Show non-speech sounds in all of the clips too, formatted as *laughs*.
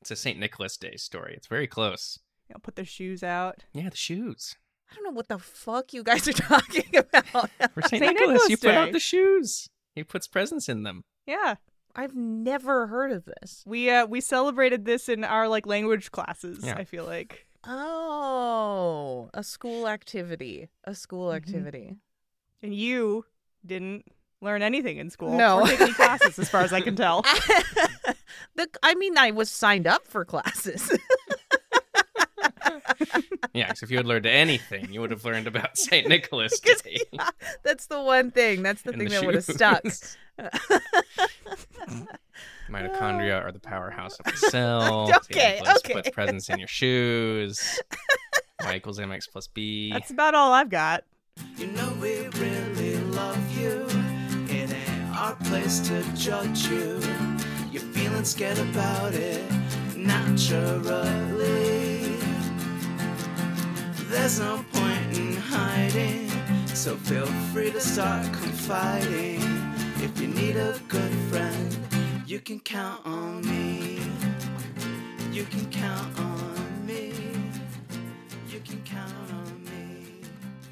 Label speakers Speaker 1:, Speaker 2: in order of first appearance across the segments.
Speaker 1: It's a St. Nicholas Day story. It's very close.
Speaker 2: You know, put their shoes out.
Speaker 1: Yeah, the shoes.
Speaker 3: I don't know what the fuck you guys are *laughs* talking about. *laughs*
Speaker 1: For St.
Speaker 2: Saint
Speaker 1: Nicholas,
Speaker 2: Nicholas
Speaker 1: you put
Speaker 2: Day.
Speaker 1: out the shoes. He puts presents in them.
Speaker 2: Yeah.
Speaker 3: I've never heard of this.
Speaker 2: We uh we celebrated this in our like language classes,
Speaker 1: Yeah.
Speaker 2: I feel like.
Speaker 3: Oh, a school activity. A school
Speaker 1: Mm-hmm.
Speaker 2: Mhm.
Speaker 3: activity. *laughs*
Speaker 2: And you didn't learn anything in school.
Speaker 3: No.
Speaker 2: Or take any classes as far as I can
Speaker 3: *laughs*
Speaker 2: tell.
Speaker 3: the, I mean, I was signed up for classes. *laughs*
Speaker 1: Yeah, 'cause if you had
Speaker 3: *laughs*
Speaker 1: learned anything, you would have learned about St. Nicholas
Speaker 3: Because-
Speaker 1: Day.
Speaker 3: That's the one thing. That's the
Speaker 1: and
Speaker 3: thing
Speaker 1: the
Speaker 3: that would have stuck. *laughs*
Speaker 1: shoes. *laughs* Mitochondria are the powerhouse
Speaker 3: *laughs*
Speaker 1: of the cell.
Speaker 3: Okay,
Speaker 1: St. Nicholas
Speaker 3: okay.
Speaker 1: Puts presents in your
Speaker 3: *laughs*
Speaker 1: shoes. y equals mx plus b.
Speaker 2: That's about all I've got.
Speaker 4: You know we really love you. It ain't our place to judge you. You're feeling scared about it naturally. There's no point in hiding, so feel free to start confiding. If you need a good friend, you can count on me. You can count on me. You can count on me.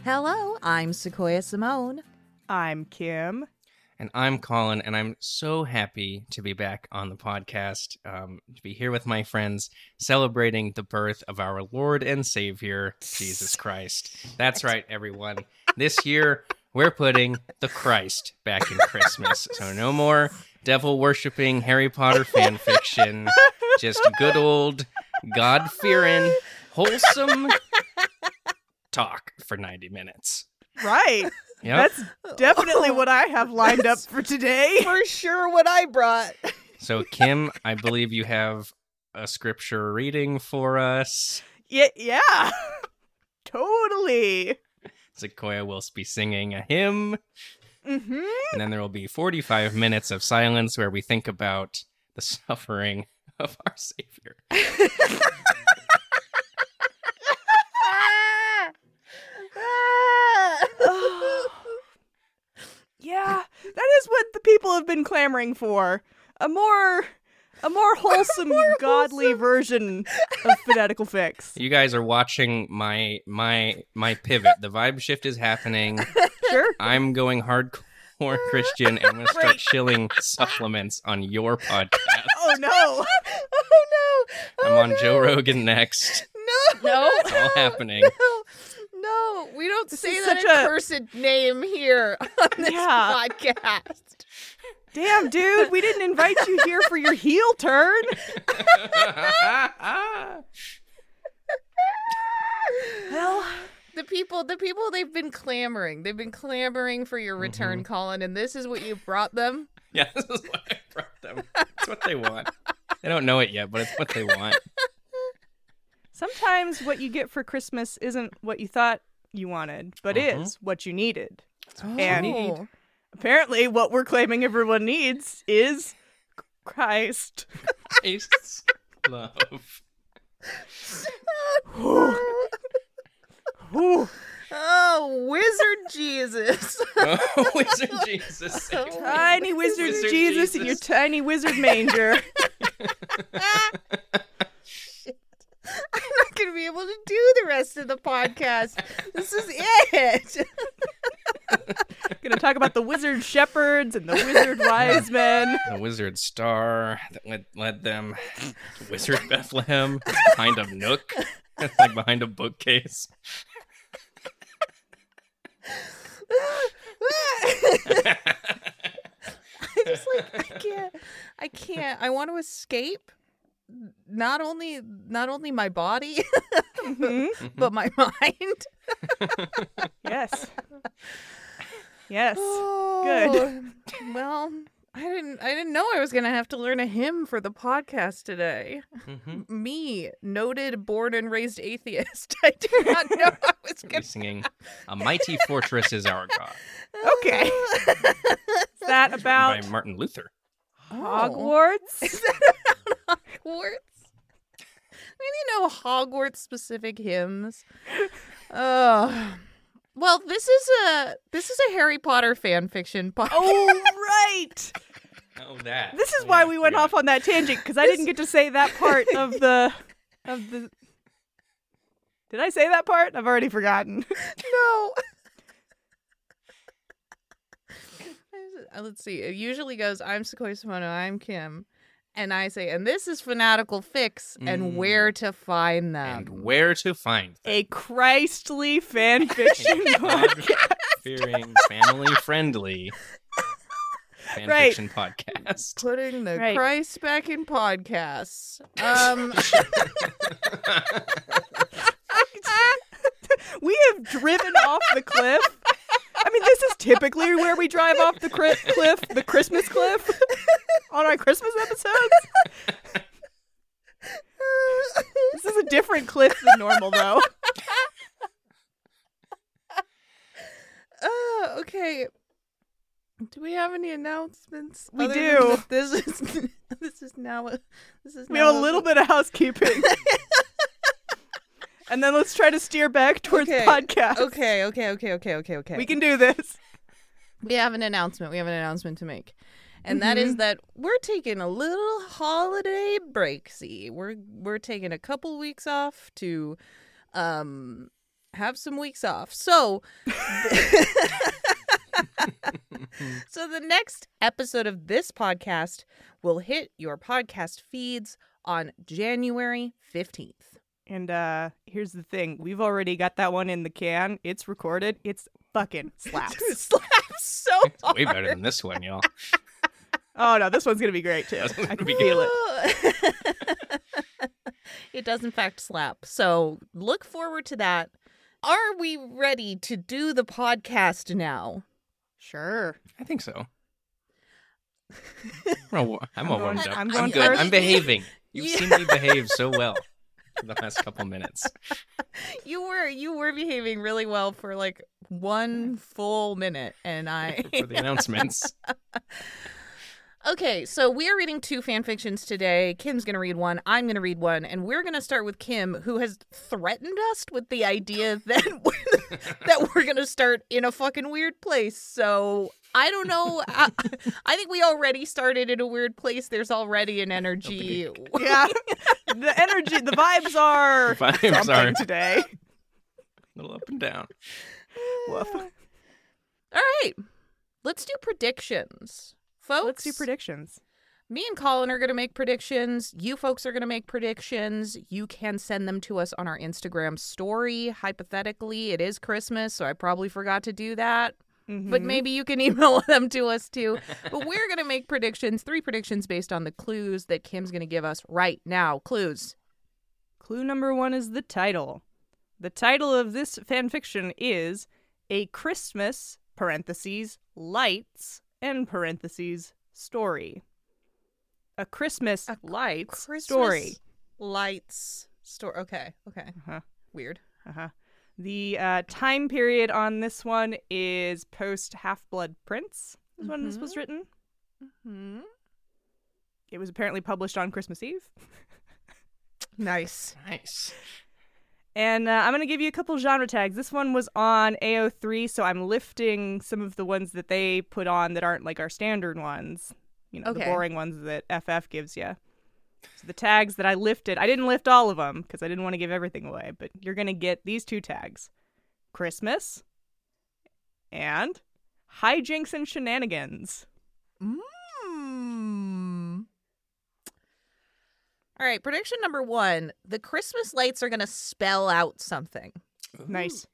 Speaker 3: Hello, I'm Sequoia Simone.
Speaker 2: I'm Kim.
Speaker 1: And I'm Colin, and I'm so happy to be back on the podcast, um, to be here with my friends, celebrating the birth of our Lord and Savior, Jesus Christ. That's right, everyone. This year, we're putting the Christ back in Christmas. So no more devil worshipping Harry Potter fan fiction, just good old God fearing, wholesome talk for 90 minutes.
Speaker 2: Right.
Speaker 1: Yep.
Speaker 2: That's
Speaker 3: Oh.
Speaker 2: definitely what I have lined
Speaker 3: *laughs*
Speaker 2: up for today.
Speaker 3: For sure, what I *laughs* brought.
Speaker 1: So, Kim, I believe you have a scripture reading for us.
Speaker 2: Yeah, yeah. *laughs* totally.
Speaker 1: Sequoia will be singing a hymn,
Speaker 2: Mhm.
Speaker 1: and then there will be 45 minutes of silence where we think about the suffering of our Savior.
Speaker 3: Ah! *laughs* Oh,
Speaker 2: *sighs* Yeah, that is what the people have been clamoring for. A more *laughs* a more wholesome, godly version of phonetical *laughs* fix.
Speaker 1: You guys are watching my my my pivot. The vibe shift is happening.
Speaker 2: Sure.
Speaker 1: I'm going hardcore Christian and I'm gonna start
Speaker 2: Right.
Speaker 1: shilling supplements on your podcast.
Speaker 2: Oh no.
Speaker 3: oh no!
Speaker 1: I'm
Speaker 3: Oh,
Speaker 1: on
Speaker 3: no.
Speaker 1: Joe Rogan next.
Speaker 3: No, *laughs*
Speaker 2: No.
Speaker 1: It's all happening.
Speaker 3: No, *laughs* no, we don't
Speaker 2: This
Speaker 3: say
Speaker 2: is
Speaker 3: that
Speaker 2: such a-
Speaker 3: accursed name here on this
Speaker 2: Yeah.
Speaker 3: podcast.
Speaker 2: Damn, dude, we didn't invite you here for your heel turn. Well,
Speaker 3: The people, the people, they've been clamoring. They've been clamoring for
Speaker 2: Mm-hmm.
Speaker 3: your return, Colin, and this is what you brought them.
Speaker 1: *laughs* Yeah, this is what I brought them. It's what they want. They don't know it yet, but it's what they
Speaker 2: *laughs*
Speaker 1: want.
Speaker 2: sometimes what you get for Christmas isn't what you thought you wanted, but
Speaker 1: Mhm.
Speaker 2: is Uh-huh. what you needed.
Speaker 3: Oh.
Speaker 2: And- Apparently, what we're claiming everyone needs is *gasps* Christ.
Speaker 1: Christ's love. *laughs*
Speaker 2: Whew. Whew.
Speaker 3: oh, wizard *laughs* Jesus!
Speaker 1: Oh, Wizard Jesus. save me. *laughs*
Speaker 2: Tiny wizard,
Speaker 1: Wizard
Speaker 2: Jesus, in your
Speaker 1: Jesus.
Speaker 2: tiny wizard
Speaker 1: *laughs*
Speaker 2: manger.
Speaker 3: I'm not going to be able to do the rest of the podcast. This is it.
Speaker 2: Gonna talk about the wizard shepherds and the wizard wise men.
Speaker 1: The wizard star that led, led them to Wizard Bethlehem behind a nook. *laughs* It's like behind a bookcase.
Speaker 3: I just like I can't I can't I want to escape not only not only my body
Speaker 2: Mhm.
Speaker 3: but my mind.
Speaker 2: Yes. Yes.
Speaker 3: Oh, Well, I didn't I didn't know I was going to have to learn a hymn for the podcast today.
Speaker 1: Mhm.
Speaker 3: Me, noted born and raised atheist. *laughs* I did not know I was
Speaker 1: Be
Speaker 3: going to
Speaker 1: singing, A Mighty Fortress is Our God
Speaker 2: Okay. Is that
Speaker 1: by
Speaker 2: about
Speaker 1: Martin Luther.
Speaker 2: Oh. Hogwarts?
Speaker 3: Hogwarts. I mean, you know Hogwarts specific hymns. Oh. Well, *laughs*
Speaker 1: *laughs*
Speaker 3: this is a this is a Harry Potter fan fiction podcast.
Speaker 2: Oh, right.
Speaker 1: Oh, that.
Speaker 2: This is
Speaker 1: Yeah,
Speaker 2: why we went
Speaker 1: forgot.
Speaker 2: off on that tangent because I didn't get to say that part of the of the. Did I say that part? I've already forgotten.
Speaker 3: No. *laughs* Uh, Let's see. It usually goes, I'm Sequoia Simono, I'm Kim. And I say, and this is Fanatical Fix and
Speaker 1: Mm.
Speaker 3: where to find them.
Speaker 1: And where to find
Speaker 2: A Christly fan *laughs* fiction book.
Speaker 1: fearing family friendly fan
Speaker 2: Right.
Speaker 1: fiction podcast.
Speaker 3: Putting the
Speaker 2: Right.
Speaker 3: Christ back in
Speaker 1: *laughs*
Speaker 3: podcasts. Um,
Speaker 2: We have driven off the cliff. I mean, this is typically where we drive off the cri- cliff, the Christmas cliff, on our Christmas episodes. This is a different cliff than normal, though.
Speaker 3: uh, okay. Do we have any announcements?
Speaker 2: We
Speaker 3: other than
Speaker 2: do.
Speaker 3: that This is *laughs* this is now a, this is
Speaker 2: We
Speaker 3: now
Speaker 2: have a little bit of housekeeping. and then let's try to steer back towards
Speaker 3: Okay,
Speaker 2: podcast.
Speaker 3: Okay, okay, okay, okay, okay, okay.
Speaker 2: We can do this.
Speaker 3: we have an announcement. We have an announcement to make. And that is that we're taking a little holiday break. See, we're we're taking a couple weeks off to um have some weeks off. So *laughs* So the next episode of this podcast will hit your podcast feeds on January 15th.
Speaker 2: And uh here's the thing. We've already got that one in the can. It's recorded. It's fucking
Speaker 3: *laughs*
Speaker 2: slaps.
Speaker 3: Slaps so
Speaker 1: It's *laughs* way better
Speaker 3: hard.
Speaker 1: than this one, y'all.
Speaker 2: oh no, this one's gonna be great too.
Speaker 1: This one's gonna
Speaker 2: I can
Speaker 1: be
Speaker 2: feel it.
Speaker 3: *laughs* it does, in fact, slap. So look forward to that. Are we ready to do the podcast now?
Speaker 2: Sure.
Speaker 1: I think so. We're all wa- I'm all
Speaker 2: I'm
Speaker 1: warmed
Speaker 2: going-
Speaker 1: up.
Speaker 2: I'm
Speaker 1: I'm,
Speaker 2: going
Speaker 1: good. I'm
Speaker 2: first.
Speaker 1: behaving. You've
Speaker 3: Yeah.
Speaker 1: seen me behave so well for the last couple minutes.
Speaker 3: You were you were behaving really well for like one full minute, and *laughs* I.
Speaker 1: for the
Speaker 2: *laughs*
Speaker 1: announcements.
Speaker 3: okay, so we are reading two fan fictions today. Kim's gonna read one. I'm gonna read one, and we're gonna start with Kim, who has threatened us with the idea *laughs* that we're, that we're gonna start in a fucking weird place. So. I don't know. I, I think we already started in a weird place. There's
Speaker 2: *laughs*
Speaker 3: already an energy.
Speaker 2: Yeah. *laughs* the energy the vibes are
Speaker 1: Vibes
Speaker 2: something
Speaker 1: are a
Speaker 2: today.
Speaker 1: little up and down.
Speaker 2: Woof.
Speaker 3: All right. Let's do predictions. Folks,
Speaker 2: Let's do predictions.
Speaker 3: me and Colin are going to make predictions. You folks are going to make predictions. You can send them to us on our Instagram story. Hypothetically, it is Christmas, so I probably forgot to do that. But
Speaker 2: Mhm.
Speaker 3: maybe you can *laughs* email them to us too. But we're going to make predictions, three predictions based on the clues that Kim's going to give us right now. Clues.
Speaker 2: Clue number one is the title. The title of this fanfiction is A Christmas, parentheses, lights, and parentheses, story. A Christmas,
Speaker 3: A
Speaker 2: lights, story.
Speaker 3: Lights. Story. Okay. Okay.
Speaker 2: Uh-huh.
Speaker 3: Weird.
Speaker 2: Uh-huh. The uh, time period on this one is post Half Blood Prince, is when this
Speaker 3: Mm-hmm.
Speaker 2: was written.
Speaker 3: Hmm.
Speaker 2: It was apparently published on Christmas Eve.
Speaker 3: Nice.
Speaker 1: Nice.
Speaker 2: And uh, I'm going to give you a couple genre tags. This one was on AO3, so I'm lifting some of the ones that they put on that aren't like our standard ones, you know, the
Speaker 3: Okay.
Speaker 2: boring ones that FF gives you. So the tags that I lifted, I didn't lift all of them because I didn't want to give everything away, but you're going to get these two tags Christmas and hijinks and shenanigans.
Speaker 3: Mm. All right, prediction number one the Christmas lights are going to spell out something.
Speaker 2: Nice.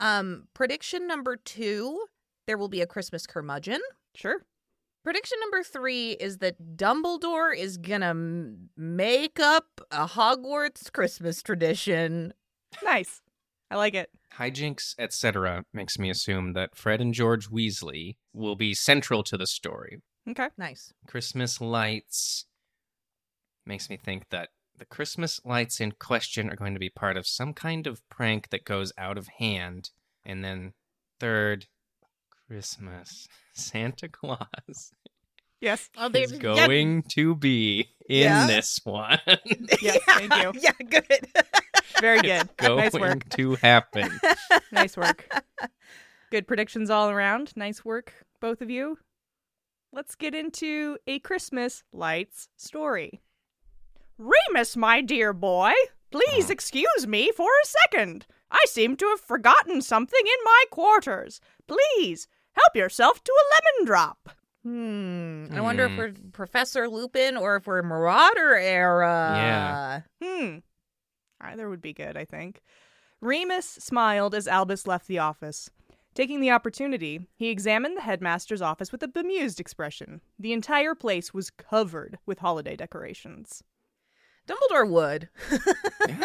Speaker 3: Um, prediction number two there will be a Christmas curmudgeon.
Speaker 2: Sure.
Speaker 3: Prediction number three is that Dumbledore is going to m- make up a Hogwarts Christmas tradition.
Speaker 2: Nice. I like it.
Speaker 1: Hijinks, etc., makes me assume that Fred and George Weasley will be central to the story.
Speaker 2: Okay.
Speaker 3: Nice.
Speaker 1: Christmas lights makes me think that the Christmas lights in question are going to be part of some kind of prank that goes out of hand. And then, third, Christmas. *laughs* Santa Claus
Speaker 3: *laughs*
Speaker 2: Yes.
Speaker 3: Oh,
Speaker 1: is going to be in
Speaker 3: Yeah.
Speaker 1: this
Speaker 2: *laughs*
Speaker 1: one. *laughs*
Speaker 2: Yes, thank you.
Speaker 3: *laughs* Yeah, good. *laughs*
Speaker 2: Very good.
Speaker 1: going
Speaker 2: Nice work.
Speaker 1: to happen.
Speaker 2: nice work. Good predictions all around. Nice work, both of you. let's get into a Christmas lights story. Remus, my dear boy, please excuse me for a second. I seem to have forgotten something in my quarters. Please help yourself to a lemon drop.
Speaker 3: Hmm. I wonder
Speaker 1: Hmm.
Speaker 3: if we're Professor Lupin or if we're Marauder era.
Speaker 1: Yeah.
Speaker 2: Hmm. Either would be good, I think. Remus smiled as Albus left the office. Taking the opportunity, he examined the headmaster's office with a bemused expression. The entire place was covered with holiday
Speaker 1: *laughs*
Speaker 2: decorations.
Speaker 3: Dumbledore would.
Speaker 2: *laughs*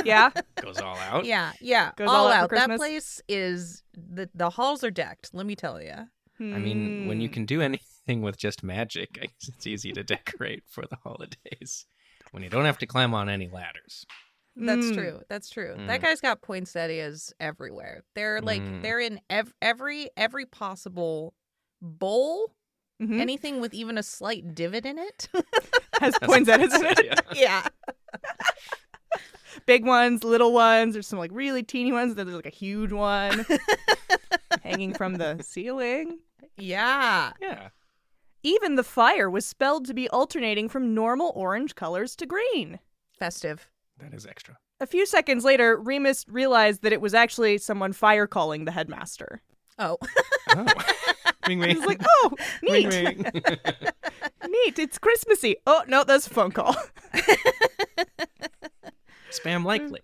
Speaker 2: Yeah?
Speaker 1: Goes all out.
Speaker 3: Yeah, yeah.
Speaker 2: Oh. Goes
Speaker 3: all
Speaker 2: all out
Speaker 3: out.
Speaker 2: for
Speaker 3: That
Speaker 2: Christmas.
Speaker 3: place is the the halls are decked. Let me tell you.
Speaker 1: I mean, when you
Speaker 2: Hmm.
Speaker 1: can do anything with just magic, I guess it's easy to decorate for the holidays. When you don't have to climb on any ladders. *laughs*
Speaker 3: That's
Speaker 2: Mm.
Speaker 3: true. That's true.
Speaker 1: Mm.
Speaker 3: That guy's got poinsettias everywhere. They're like
Speaker 1: Mm.
Speaker 3: they're in ev- every every possible bowl.
Speaker 2: Mhm.
Speaker 3: Anything with even a slight divot in it.
Speaker 2: *laughs*
Speaker 3: *laughs*
Speaker 2: has
Speaker 1: That's what
Speaker 2: poinsettias
Speaker 1: I
Speaker 2: in it.
Speaker 1: said, yeah.
Speaker 3: yeah.
Speaker 2: Big ones, little ones. There's some like really teeny ones. Then there's like a
Speaker 1: *laughs*
Speaker 2: huge one hanging from the ceiling.
Speaker 3: Yeah.
Speaker 1: Yeah.
Speaker 2: Even the fire was spelled to be alternating from normal orange colors to green.
Speaker 3: Festive.
Speaker 1: That is extra.
Speaker 2: A few seconds later, Remus realized that it was actually someone fire calling the headmaster.
Speaker 3: Oh. *laughs*
Speaker 1: Oh. ring ring. *laughs*
Speaker 2: He's like, "Oh,
Speaker 1: ring,
Speaker 2: neat,
Speaker 1: ring.
Speaker 2: neat! It's Christmassy." Oh no, that's a phone call. *laughs*
Speaker 1: Spam likely.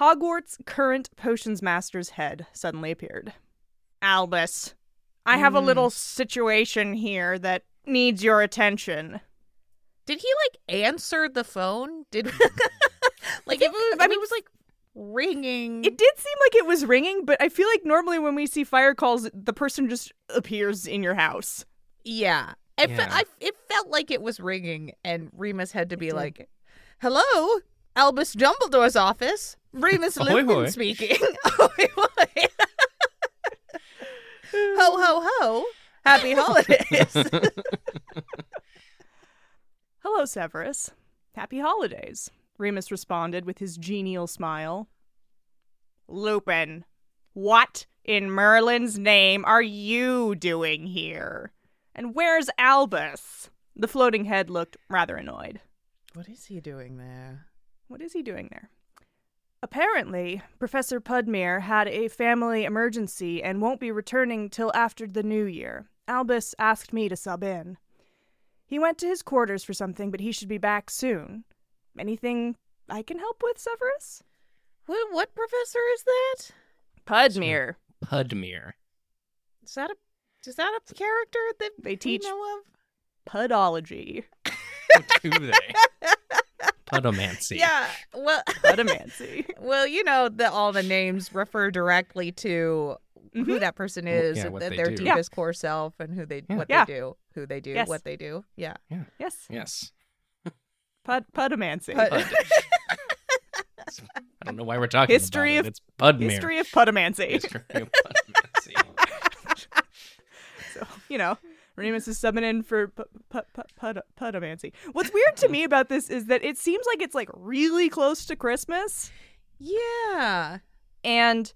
Speaker 2: Hogwarts' current potions master's head suddenly appeared. Albus, I have a
Speaker 3: Mm.
Speaker 2: little situation here that needs your attention.
Speaker 3: Did he like answer the phone?
Speaker 2: *laughs*
Speaker 3: Did *laughs* like if it was,
Speaker 2: I
Speaker 3: I
Speaker 2: mean-
Speaker 3: mean, it was like ringing.
Speaker 2: It did seem like it was ringing, but I feel like normally when we see fire calls, the person just appears in your house.
Speaker 3: yeah. It, fe-
Speaker 1: Yeah.
Speaker 3: I, it felt like it was ringing, and Remus had to be
Speaker 2: did.
Speaker 3: like, "Hello, Albus Dumbledore's office.
Speaker 1: *laughs*
Speaker 3: Remus
Speaker 1: Ahoy,
Speaker 3: Lupin
Speaker 1: hoy."
Speaker 3: speaking. *laughs* Ahoy, *laughs* hoy. ho ho ho! Happy holidays."
Speaker 1: *laughs*
Speaker 2: Hello, Severus. Happy holidays, Remus responded with his genial smile. Lupin, what in Merlin's name are you doing here? And where's Albus? The floating head looked rather annoyed.
Speaker 3: what is he doing there?
Speaker 2: What is he doing there? Apparently, Professor Pudmere had a family emergency and won't be returning till after the new year. Albus asked me to sub in. He went to his quarters for something, but he should be back soon. Anything I can help with, Severus?
Speaker 3: What, what professor is that?
Speaker 2: Pudmere.
Speaker 1: Pudmere.
Speaker 3: Is that a is that a character that
Speaker 2: They
Speaker 3: we
Speaker 2: teach-
Speaker 3: know of? *laughs*
Speaker 2: Pudology.
Speaker 1: Who they? Pudomancy.
Speaker 3: Yeah. Well. *laughs*
Speaker 2: Pudomancy.
Speaker 3: Well, you know that all the names refer directly to who
Speaker 2: Mhm.
Speaker 3: that person
Speaker 1: Well,
Speaker 3: is,
Speaker 1: yeah,
Speaker 3: and
Speaker 1: what
Speaker 3: th-
Speaker 1: they
Speaker 3: their
Speaker 1: do.
Speaker 2: Yeah.
Speaker 3: deepest core self, and who they
Speaker 1: Yeah.
Speaker 3: what
Speaker 2: Yeah.
Speaker 3: they do, who they do,
Speaker 2: Yes.
Speaker 3: what they do. Yeah.
Speaker 2: Yes,
Speaker 1: Yes.
Speaker 2: Pud- Pudomancy.
Speaker 3: Pud-
Speaker 1: Pud. I don't know why we're talking
Speaker 2: History
Speaker 1: about
Speaker 2: of-
Speaker 1: it. It's Pudmere.
Speaker 2: History of Pudomancy.
Speaker 1: History of Pudomancy.
Speaker 2: So, you know, Remus is subbing in for pu- pu- pu- pud- Pudomancy. What's weird to me about this is that it seems like it's like really close to Christmas,
Speaker 3: Yeah.
Speaker 2: and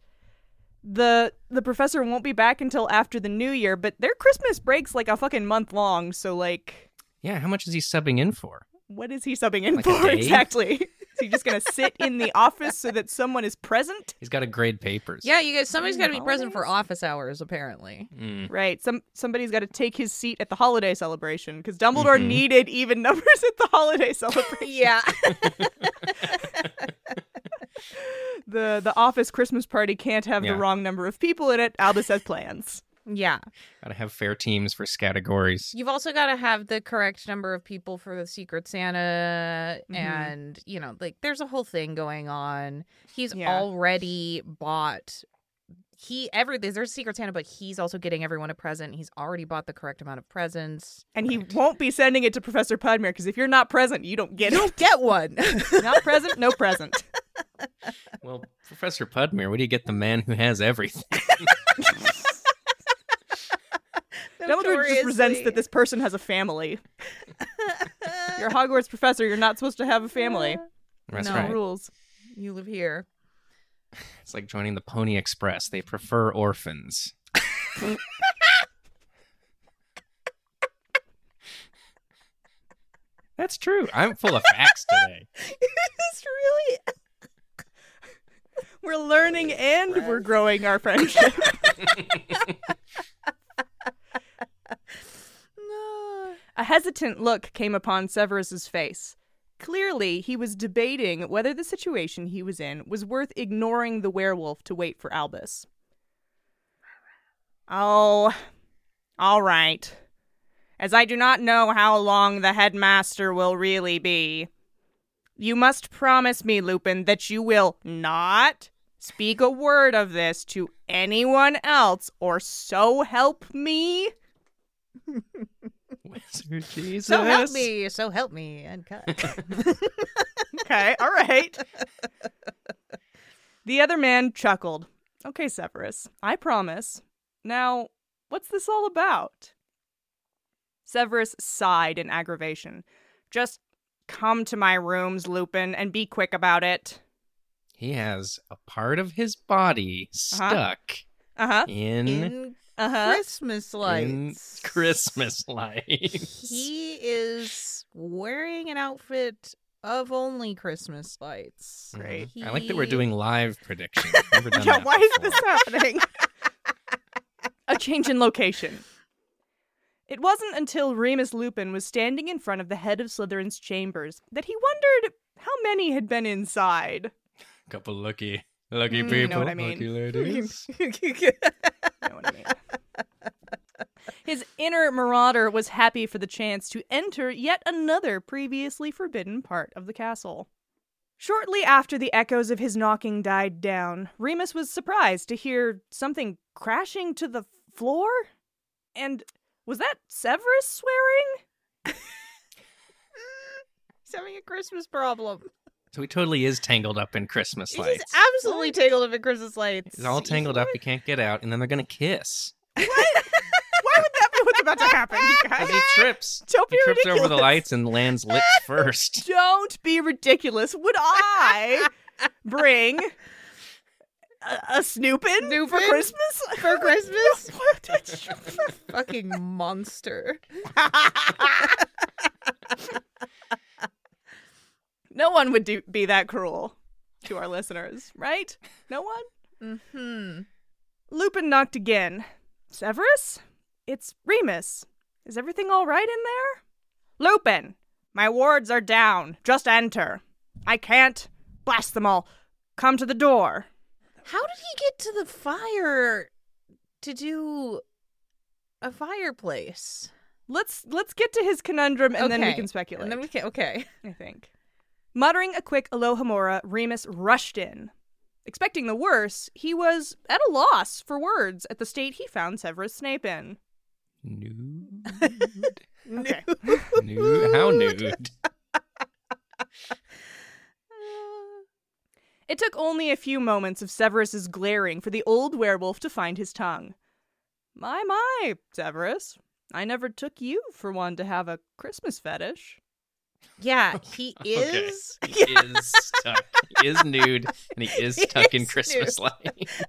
Speaker 2: the the professor won't be back until after the new year. But their Christmas break's like a fucking month long, so like,
Speaker 1: Yeah, how much is he subbing in for?
Speaker 2: what is he subbing in
Speaker 1: Like a
Speaker 2: for
Speaker 1: day?
Speaker 2: exactly? Is he just gonna sit in the office so that someone is present?
Speaker 1: He's got to grade papers.
Speaker 3: Yeah, you guys somebody's gotta be present for
Speaker 2: Holidays?
Speaker 3: office hours, apparently.
Speaker 1: Mm.
Speaker 2: Right. Some somebody's got to take his seat at the holiday celebration because Dumbledore
Speaker 1: Mhm.
Speaker 2: needed even numbers at the holiday celebration.
Speaker 3: Yeah. *laughs*
Speaker 2: the the office Christmas party can't have
Speaker 1: Yeah.
Speaker 2: the wrong number of people in it. Albus has plans.
Speaker 3: yeah.
Speaker 1: Got to have fair teams for categories.
Speaker 3: You've also gotta have the correct number of people for the Secret Santa
Speaker 2: Mhm.
Speaker 3: and you know, like there's a whole thing going on. He's
Speaker 2: Yeah.
Speaker 3: already bought he every there's a Secret Santa, but he's also getting everyone a present. He's already bought the correct amount of presents.
Speaker 2: And he won't be sending it to Professor Podmere because if you're not present, you don't get
Speaker 3: you
Speaker 2: it.
Speaker 3: don't *laughs* get *laughs* one.
Speaker 2: not present, no present.
Speaker 1: Well, Professor Pudmere, what do you get the man who has everything?
Speaker 2: Dumbledore just resents that this person has a family. You're a Hogwarts professor. You're not supposed to have a family.
Speaker 1: That's
Speaker 3: No.
Speaker 2: No
Speaker 1: right.
Speaker 2: rules.
Speaker 3: You live here.
Speaker 1: It's like joining the Pony Express. They prefer orphans. That's true. I'm full of facts today.
Speaker 3: *laughs* it's really
Speaker 2: We're learning and we're growing our friendship.
Speaker 3: *laughs* no.
Speaker 2: A hesitant look came upon Severus's face. Clearly, he was debating whether the situation he was in was worth ignoring the werewolf to wait for Albus. Oh, all right. As I do not know how long the headmaster will really be, you must promise me, Lupin, that you will not speak a word of this to anyone else, or so help me.
Speaker 1: *laughs* Wizard Jesus.
Speaker 3: So help me, so help me, uncut. *laughs*
Speaker 2: Okay, all right. the other man chuckled. Okay, Severus, I promise. Now, what's this all about? Severus sighed in aggravation. Just come to my rooms, Lupin, and be quick about it.
Speaker 1: He has a part of his body
Speaker 2: Uh-huh.
Speaker 1: stuck
Speaker 2: Uh
Speaker 1: Uh-huh,
Speaker 2: huh.
Speaker 1: in,
Speaker 3: In
Speaker 2: Uh huh.
Speaker 3: Christmas
Speaker 1: in
Speaker 3: lights.
Speaker 1: Christmas lights.
Speaker 3: He is wearing an outfit of only Christmas lights.
Speaker 2: Great.
Speaker 1: Mm-hmm. I like that we're
Speaker 3: He- *laughs*
Speaker 1: doing live predictions. We've never done
Speaker 2: *laughs* Yeah,
Speaker 1: that
Speaker 2: why is
Speaker 1: before.
Speaker 2: this happening? *laughs* a change in location. It wasn't until Remus Lupin was standing in front of the head of Slytherin's chambers that he wondered how many had been inside.
Speaker 1: Couple lucky, lucky
Speaker 2: Mm,
Speaker 1: people.
Speaker 2: you know what I mean. *laughs*
Speaker 1: Lucky ladies.
Speaker 2: You know what I mean? *laughs* His inner marauder was happy for the chance to enter yet another previously forbidden part of the castle. Shortly after the echoes of his knocking died down, Remus was surprised to hear something crashing to the floor? And was that Severus swearing?
Speaker 3: He's having a Christmas problem.
Speaker 1: so he totally is tangled up in Christmas
Speaker 3: He's
Speaker 1: lights.
Speaker 3: absolutely tangled up in Christmas lights.
Speaker 1: He's all tangled up. He can't get out, and then they're gonna kiss.
Speaker 2: *laughs* Why would that be what's about to happen, you
Speaker 1: Because
Speaker 2: guys?
Speaker 1: he trips.
Speaker 2: Don't
Speaker 1: He
Speaker 2: be
Speaker 1: trips
Speaker 2: ridiculous.
Speaker 1: over the lights and lands *laughs* lips first.
Speaker 2: Don't be ridiculous. Would *laughs* I bring a, a snoopin, for
Speaker 3: Snoopin'?
Speaker 2: Christmas?
Speaker 1: *laughs*
Speaker 3: for Christmas.
Speaker 2: What did you-
Speaker 3: Fucking
Speaker 1: *laughs*
Speaker 3: monster.
Speaker 2: *laughs* no one would do, be that cruel to our listeners, right? No one?
Speaker 3: Mm-hmm.
Speaker 2: Lupin knocked again. Severus? It's Remus. Is everything all right in there? Lupin, my wards are down. Just enter. I can't. Blast them all. Come to the door.
Speaker 3: How did he get to the fire to do a fireplace?
Speaker 2: Let's let's get to his conundrum and then we
Speaker 3: Okay.
Speaker 2: can speculate.
Speaker 3: And then we can okay.
Speaker 2: I think. Muttering a quick alohomora, Remus rushed in. Expecting the worse, he was at a loss for words at the state he found Severus Snape in.
Speaker 1: Nude.
Speaker 2: Okay.
Speaker 1: Nude. How nude?
Speaker 2: It took only a few moments of Severus's glaring for the old werewolf to find his tongue. My, my, Severus. I never took you for one to have a Christmas fetish.
Speaker 3: *laughs* Yeah, he
Speaker 1: *laughs* Okay.
Speaker 3: is.
Speaker 1: He *laughs* is stuck. He is nude, and he is
Speaker 3: He
Speaker 1: stuck in *laughs*
Speaker 3: is
Speaker 1: Christmas lights.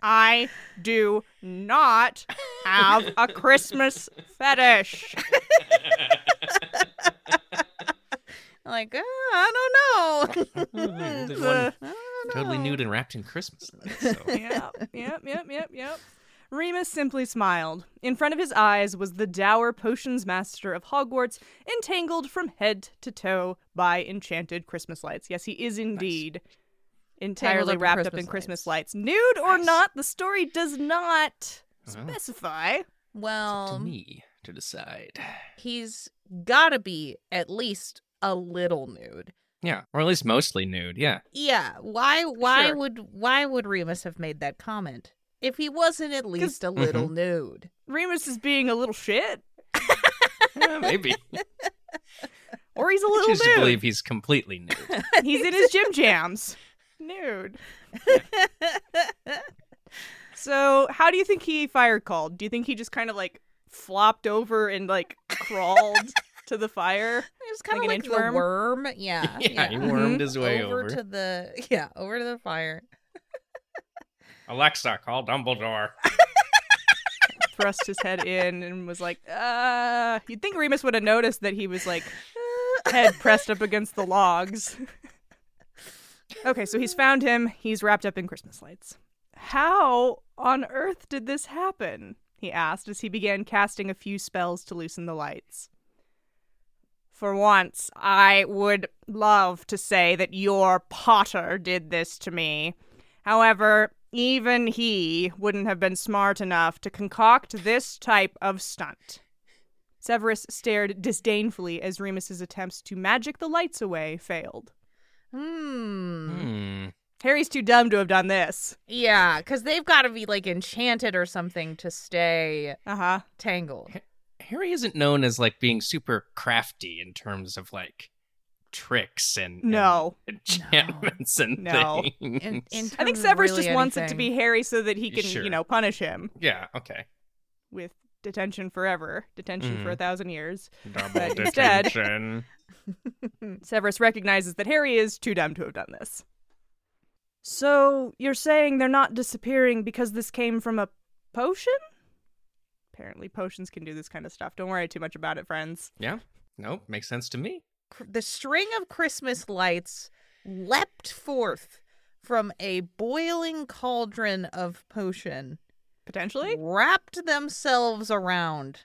Speaker 2: I do not have a Christmas fetish.
Speaker 3: Like, uh, I don't *laughs* know.
Speaker 1: There's one
Speaker 3: I don't
Speaker 1: totally
Speaker 3: know.
Speaker 1: nude and wrapped in Christmas lights. So.
Speaker 2: yep, yep, yep, yep, yep. Remus simply smiled. In front of his eyes was the dour potions master of Hogwarts, entangled from head to toe by enchanted Christmas lights. Yes, he is indeed entirely
Speaker 3: up in
Speaker 2: wrapped up
Speaker 3: Christmas
Speaker 2: in Christmas lights.
Speaker 3: lights.
Speaker 2: Nude or not, the story does not
Speaker 1: Well, it's
Speaker 2: specify.
Speaker 1: up to
Speaker 3: Well,
Speaker 1: me to decide.
Speaker 3: he's gotta be at least a little nude.
Speaker 1: Yeah, or at least mostly nude. *laughs* Yeah.
Speaker 3: Yeah. Why? Why
Speaker 2: Sure.
Speaker 3: would? Why would Remus have made that comment if he wasn't at least a little nude?
Speaker 2: Remus is being a little shit,
Speaker 1: Yeah, maybe.
Speaker 2: or he's a
Speaker 1: I
Speaker 2: little
Speaker 1: choose to
Speaker 2: nude.
Speaker 1: believe he's completely *laughs* nude.
Speaker 2: He's in his gym jams. Nude. *laughs* so, how do you think he fire called? Do you think he just kind of like flopped over and like crawled to the fire?
Speaker 3: It's kind of
Speaker 2: Like
Speaker 3: like,
Speaker 2: an
Speaker 3: the
Speaker 2: inchworm?
Speaker 3: worm. *laughs* Yeah.
Speaker 2: *laughs*
Speaker 1: yeah, he wormed his way over.
Speaker 3: over, to the *laughs* yeah over to the fire. *laughs*
Speaker 1: Alexa, call Dumbledore.
Speaker 2: thrust his head in and was like, uh, you'd think Remus would have noticed that he was like
Speaker 3: Hmm.
Speaker 2: head pressed up against the logs. okay, so he's found him. He's wrapped up in Christmas lights. How on earth did this happen? He asked as he began casting a few spells to loosen the lights. For once, I would love to say that your potter did this to me. However, even he wouldn't have been smart enough to concoct this type of stunt. Severus stared disdainfully as Remus's attempts to magic the lights away failed.
Speaker 3: Hmm.
Speaker 1: Hmm.
Speaker 2: Harry's too dumb to have done this.
Speaker 3: Yeah, because they've got to be like enchanted or something to stay
Speaker 2: Uh huh. *laughs*
Speaker 3: tangled.
Speaker 1: Harry isn't known as like being super crafty in terms of like tricks and and
Speaker 2: *laughs* No.
Speaker 1: enchantments and
Speaker 2: No.
Speaker 1: things.
Speaker 3: In, in
Speaker 2: I think
Speaker 3: terms of
Speaker 2: Severus
Speaker 3: really
Speaker 2: just wants it to
Speaker 3: anything.
Speaker 2: be Harry so that he can,
Speaker 1: Sure.
Speaker 2: you know, punish him
Speaker 1: yeah, okay.
Speaker 2: with detention forever, detention for a thousand years.
Speaker 1: Double
Speaker 2: But instead-
Speaker 1: detention.
Speaker 2: Severus recognizes that Harry is too dumb to have done this. So you're saying they're not disappearing because this came from a potion? Apparently, potions can do this kind of stuff. Don't worry too much about it, friends.
Speaker 1: yeah. Nope, makes sense to me.
Speaker 3: Cr- the string of Christmas lights leapt forth from a boiling cauldron of potion,
Speaker 2: Potentially?
Speaker 3: wrapped themselves around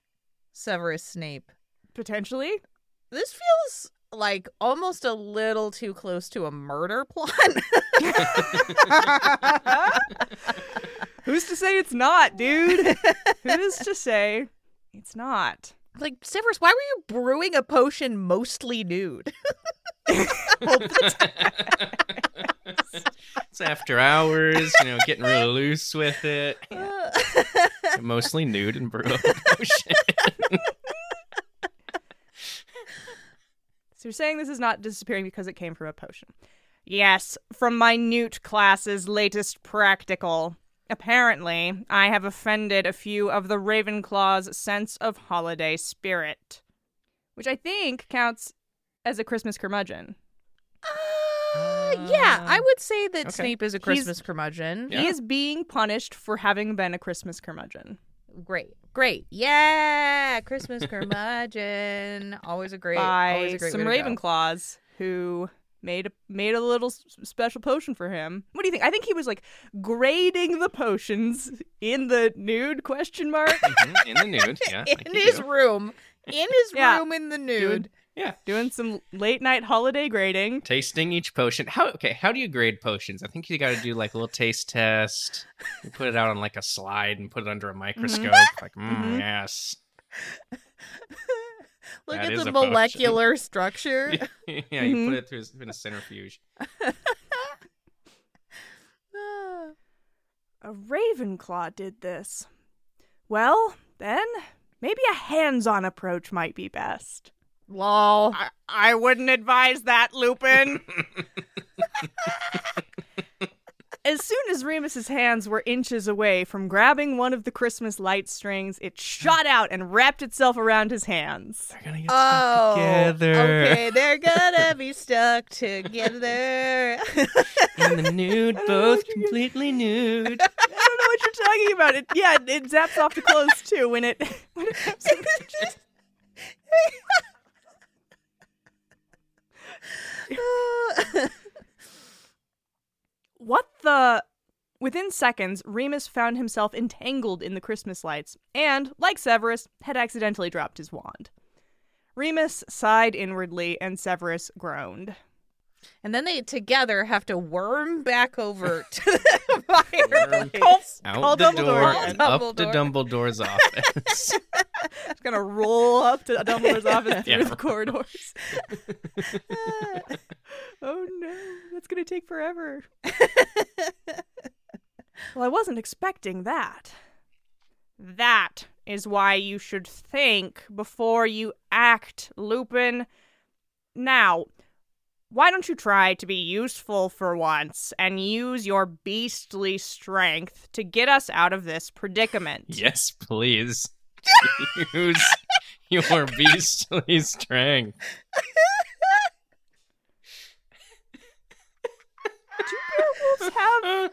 Speaker 3: Severus Snape.
Speaker 2: Potentially?
Speaker 3: This feels like almost a little too close to a murder *laughs* plot.
Speaker 2: *laughs* Who's to say it's not, dude? Who's to say it's not?
Speaker 3: like, Severus, why were you brewing a potion mostly nude?
Speaker 1: it's after hours, you know, getting real loose with it. Mostly nude and *laughs* Oh, brutal emotion.
Speaker 2: So you're saying this is not disappearing because it came from a potion? Yes, from minute class's latest practical. Apparently, I have offended a few of the Ravenclaw's sense of holiday spirit, which I think counts as a Christmas curmudgeon.
Speaker 3: *laughs* Uh, yeah, I would say that
Speaker 1: okay.
Speaker 3: Snape is a Christmas curmudgeon.
Speaker 1: Yeah.
Speaker 2: He is being punished for having been a Christmas curmudgeon.
Speaker 3: Great. Great. Yeah. Christmas curmudgeon. Always a great, always
Speaker 2: by
Speaker 3: a great
Speaker 2: some
Speaker 3: way to go.
Speaker 2: Ravenclaws who made a made a little s- special potion for him. What do you think? I think he was like grading the potions in the nude question *laughs* mark,
Speaker 1: Mhm, In the nude,
Speaker 3: *laughs*
Speaker 1: yeah. like
Speaker 3: In
Speaker 1: you
Speaker 3: his
Speaker 1: do.
Speaker 3: room. In his
Speaker 2: Yeah.
Speaker 3: room in the nude.
Speaker 1: yeah.
Speaker 2: doing some late night holiday grading.
Speaker 1: Tasting each potion. How okay? How do you grade potions? I think you got to do like a little taste test. You put it out on like a slide and put it
Speaker 2: Mm-hmm.
Speaker 1: under a microscope. Like, mm,
Speaker 2: Mhm.
Speaker 1: yes, *laughs*
Speaker 3: Look
Speaker 1: That
Speaker 3: at
Speaker 1: is
Speaker 3: the
Speaker 1: a potion.
Speaker 3: molecular structure.
Speaker 1: yeah. You
Speaker 2: Mm-hmm.
Speaker 1: put it through s- in a centrifuge.
Speaker 3: Ah.
Speaker 2: A Ravenclaw did this. Well, then maybe a hands-on approach might be best.
Speaker 3: *laughs* Lol.
Speaker 2: I, I wouldn't advise that, Lupin. as soon as Remus's hands were inches away from grabbing one of the Christmas light strings, it shot out and wrapped itself around his hands.
Speaker 1: They're gonna get
Speaker 3: *laughs* Oh,
Speaker 1: together.
Speaker 3: okay. They're
Speaker 1: *laughs*
Speaker 3: gonna be stuck together. *laughs*
Speaker 1: in the
Speaker 2: *laughs*
Speaker 1: nude, both completely nude.
Speaker 2: I don't know what you're talking about. It, yeah, it, it zaps off the clothes too when it *laughs* when it zaps off the clothes. What the? Within seconds, Remus found himself entangled in the Christmas lights and, like Severus, had accidentally dropped his wand. Remus sighed inwardly and Severus groaned.
Speaker 3: and then they together have to worm back
Speaker 1: *laughs*
Speaker 3: over to the *laughs* fireplace.
Speaker 1: Out
Speaker 2: Call
Speaker 1: the
Speaker 2: Dumbledore.
Speaker 1: door
Speaker 2: Call
Speaker 1: and up to
Speaker 2: *laughs*
Speaker 1: Dumbledore's office.
Speaker 2: It's gonna roll up to Dumbledore's office through
Speaker 1: Yeah.
Speaker 2: the corridors. *laughs* oh no, that's gonna take forever. *laughs* well, I wasn't expecting that. That is why you should think before you act, Lupin. Now, why don't you try to be useful for once and use your beastly strength to get us out of this predicament?
Speaker 1: yes,
Speaker 2: *laughs*
Speaker 1: please. Use your beastly strength.
Speaker 2: Do werewolves have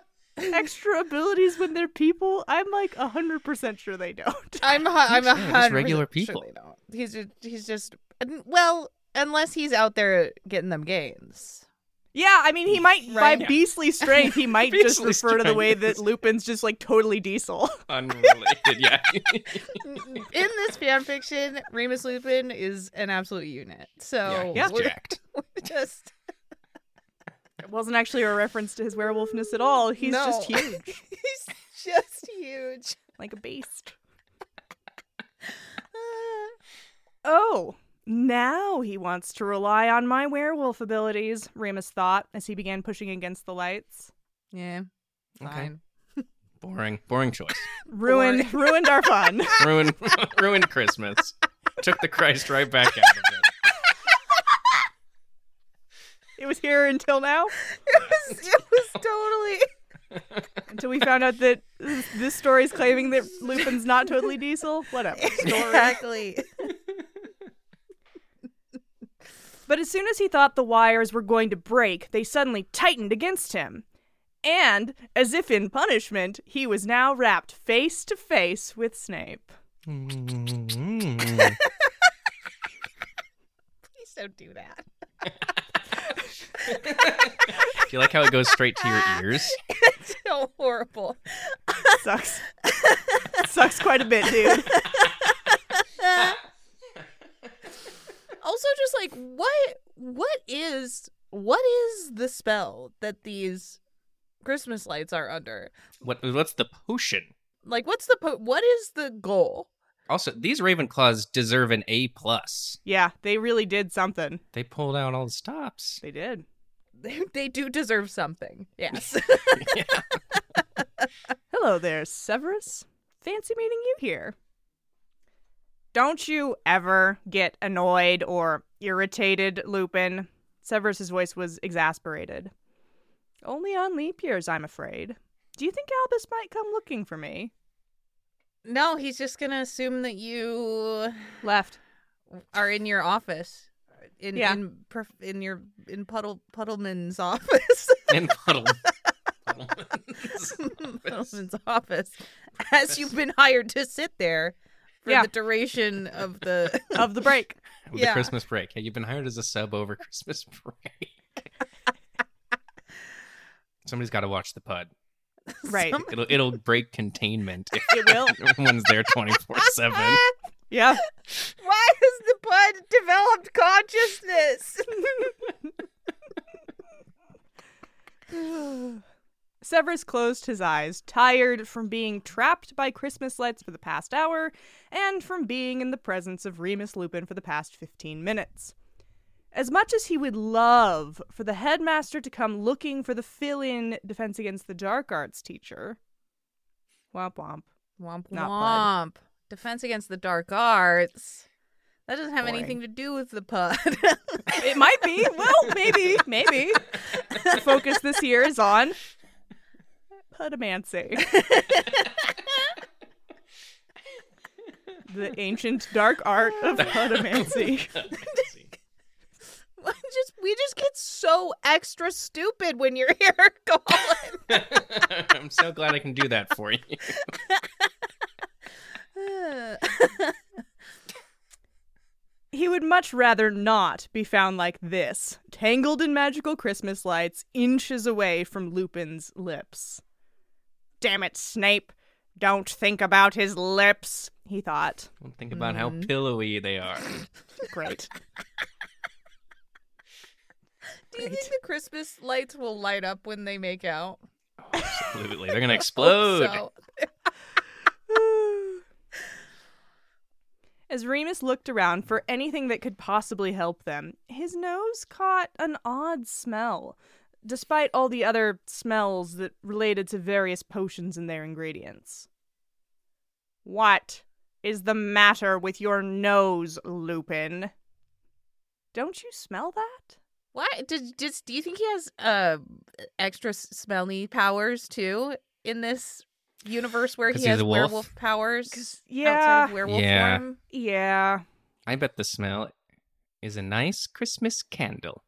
Speaker 2: extra abilities when they're people? I'm like 100% sure they don't. *laughs*
Speaker 3: I'm hu- I'm a
Speaker 1: Yeah, just
Speaker 3: hundred
Speaker 1: regular
Speaker 3: percent
Speaker 1: people.
Speaker 3: Sure they don't. He's just, he's just n- well, unless he's out there getting them gains.
Speaker 2: Yeah, I mean, he might,
Speaker 3: Right.
Speaker 2: by beastly strength, he might just
Speaker 1: Beastly
Speaker 2: refer to the way
Speaker 1: strength.
Speaker 2: that Lupin's just like totally diesel. *laughs*
Speaker 1: Unrelated, yeah. *laughs*
Speaker 3: N- In this fanfiction, Remus Lupin is an absolute unit. So
Speaker 1: yeah, he's
Speaker 3: we're
Speaker 1: jacked.
Speaker 3: *laughs* just
Speaker 2: It wasn't actually a reference to his werewolfness at all. He's
Speaker 3: No.
Speaker 2: just huge,
Speaker 3: *laughs* he's just huge. *laughs*
Speaker 2: like a beast.
Speaker 3: Ah.
Speaker 2: Oh, now he wants to rely on my werewolf abilities, Remus thought as he began pushing against the lights.
Speaker 3: yeah.
Speaker 1: Okay.
Speaker 3: Fine. *laughs*
Speaker 1: Boring, boring choice.
Speaker 2: Ruined, *laughs* ruined our fun.
Speaker 1: Ruined, *laughs* ruined Christmas. Took the Christ right back out of it.
Speaker 2: It was here until now,
Speaker 3: It was it was totally
Speaker 2: until we found out that this- this story is claiming that Lupin's not totally diesel. Whatever.
Speaker 1: *laughs*
Speaker 3: exactly. *laughs*
Speaker 2: But as soon as he thought the wires were going to break, they suddenly tightened against him. And, as if in punishment, he was now wrapped face to face with Snape.
Speaker 1: Mm.
Speaker 3: Please don't do that. *laughs*
Speaker 1: Do you like how it goes straight to your ears?
Speaker 3: It's so horrible. *laughs*
Speaker 2: Sucks. Sucks quite a bit, dude.
Speaker 3: *laughs* also just like what what is what is the spell that these christmas lights are under
Speaker 1: What? What's the potion?
Speaker 3: like what's the po- what is the goal *laughs*
Speaker 1: Also, these Ravenclaws deserve an A plus.
Speaker 2: Yeah, they really did something.
Speaker 1: They pulled out all the
Speaker 2: *laughs*
Speaker 1: stops.
Speaker 2: They did.
Speaker 3: they, they do deserve something yes
Speaker 2: Hello there, Severus. Fancy meeting you here. Don't you ever get annoyed or irritated, Lupin? Severus's voice was exasperated. Only on leap years, I'm afraid. Do you think Albus might come looking for me?
Speaker 3: no he's just gonna assume that you
Speaker 2: Left.
Speaker 3: are in your office in
Speaker 2: Yeah.
Speaker 3: in, per- in your in puddle puddleman's *laughs* office
Speaker 1: And puddle.
Speaker 2: *laughs*
Speaker 3: puddleman's office as you've been hired to sit there for
Speaker 2: Yeah.
Speaker 3: the duration of *laughs* the
Speaker 2: Of the break.
Speaker 1: The
Speaker 3: Yeah.
Speaker 1: Christmas break. Hey, you've been hired as a sub over Christmas *laughs* break. Somebody's got to watch the pud.
Speaker 2: Right.
Speaker 1: It'll it'll break containment if
Speaker 2: It will.
Speaker 1: *laughs* everyone's there twenty four
Speaker 2: *laughs*
Speaker 1: seven. *laughs*
Speaker 2: Yeah.
Speaker 3: Why has the bud developed consciousness?
Speaker 2: Severus closed his eyes, tired from being trapped by Christmas lights for the past hour and from being in the presence of Remus Lupin for the past 15 minutes. As much as he would love for the headmaster to come looking for the fill in Defense Against the Dark Arts teacher, womp womp.
Speaker 3: Womp
Speaker 2: Not
Speaker 3: womp. Defense against the dark arts. That doesn't have
Speaker 2: Boring.
Speaker 3: anything to do with the pud.
Speaker 2: It might be. Well, maybe, maybe. The focus this year is on pedomancy. the ancient dark art of pedomancy.
Speaker 3: just *laughs* we just get so extra stupid when you're *laughs* here, Colin. *laughs*
Speaker 1: I'm so glad I can do that for you.
Speaker 2: He would much rather not be found like this, tangled in magical Christmas lights, inches away from Lupin's lips. Damn it, Snape! Don't think about his lips, he thought.
Speaker 1: Don't think about how
Speaker 2: Mm-hmm.
Speaker 1: pillowy they
Speaker 2: *laughs*
Speaker 1: are.
Speaker 2: Great.
Speaker 3: do you think the Christmas lights will light up when they make out?
Speaker 1: Absolutely, they're gonna explode.
Speaker 3: So
Speaker 2: As Remus looked around for anything that could possibly help them, his nose caught an odd smell, despite all the other smells that related to various potions and their ingredients. What is the matter with your nose, Lupin? Don't you smell that?
Speaker 3: why did just do you think he has uh extra s- smelly powers too in this universe where
Speaker 1: 'Cause
Speaker 3: he
Speaker 1: he's
Speaker 3: has
Speaker 1: a wolf?
Speaker 3: werewolf powers? outside
Speaker 2: Yeah.
Speaker 3: of werewolf
Speaker 1: Yeah.
Speaker 3: form.
Speaker 2: Yeah.
Speaker 1: I bet the smell is a nice Christmas candle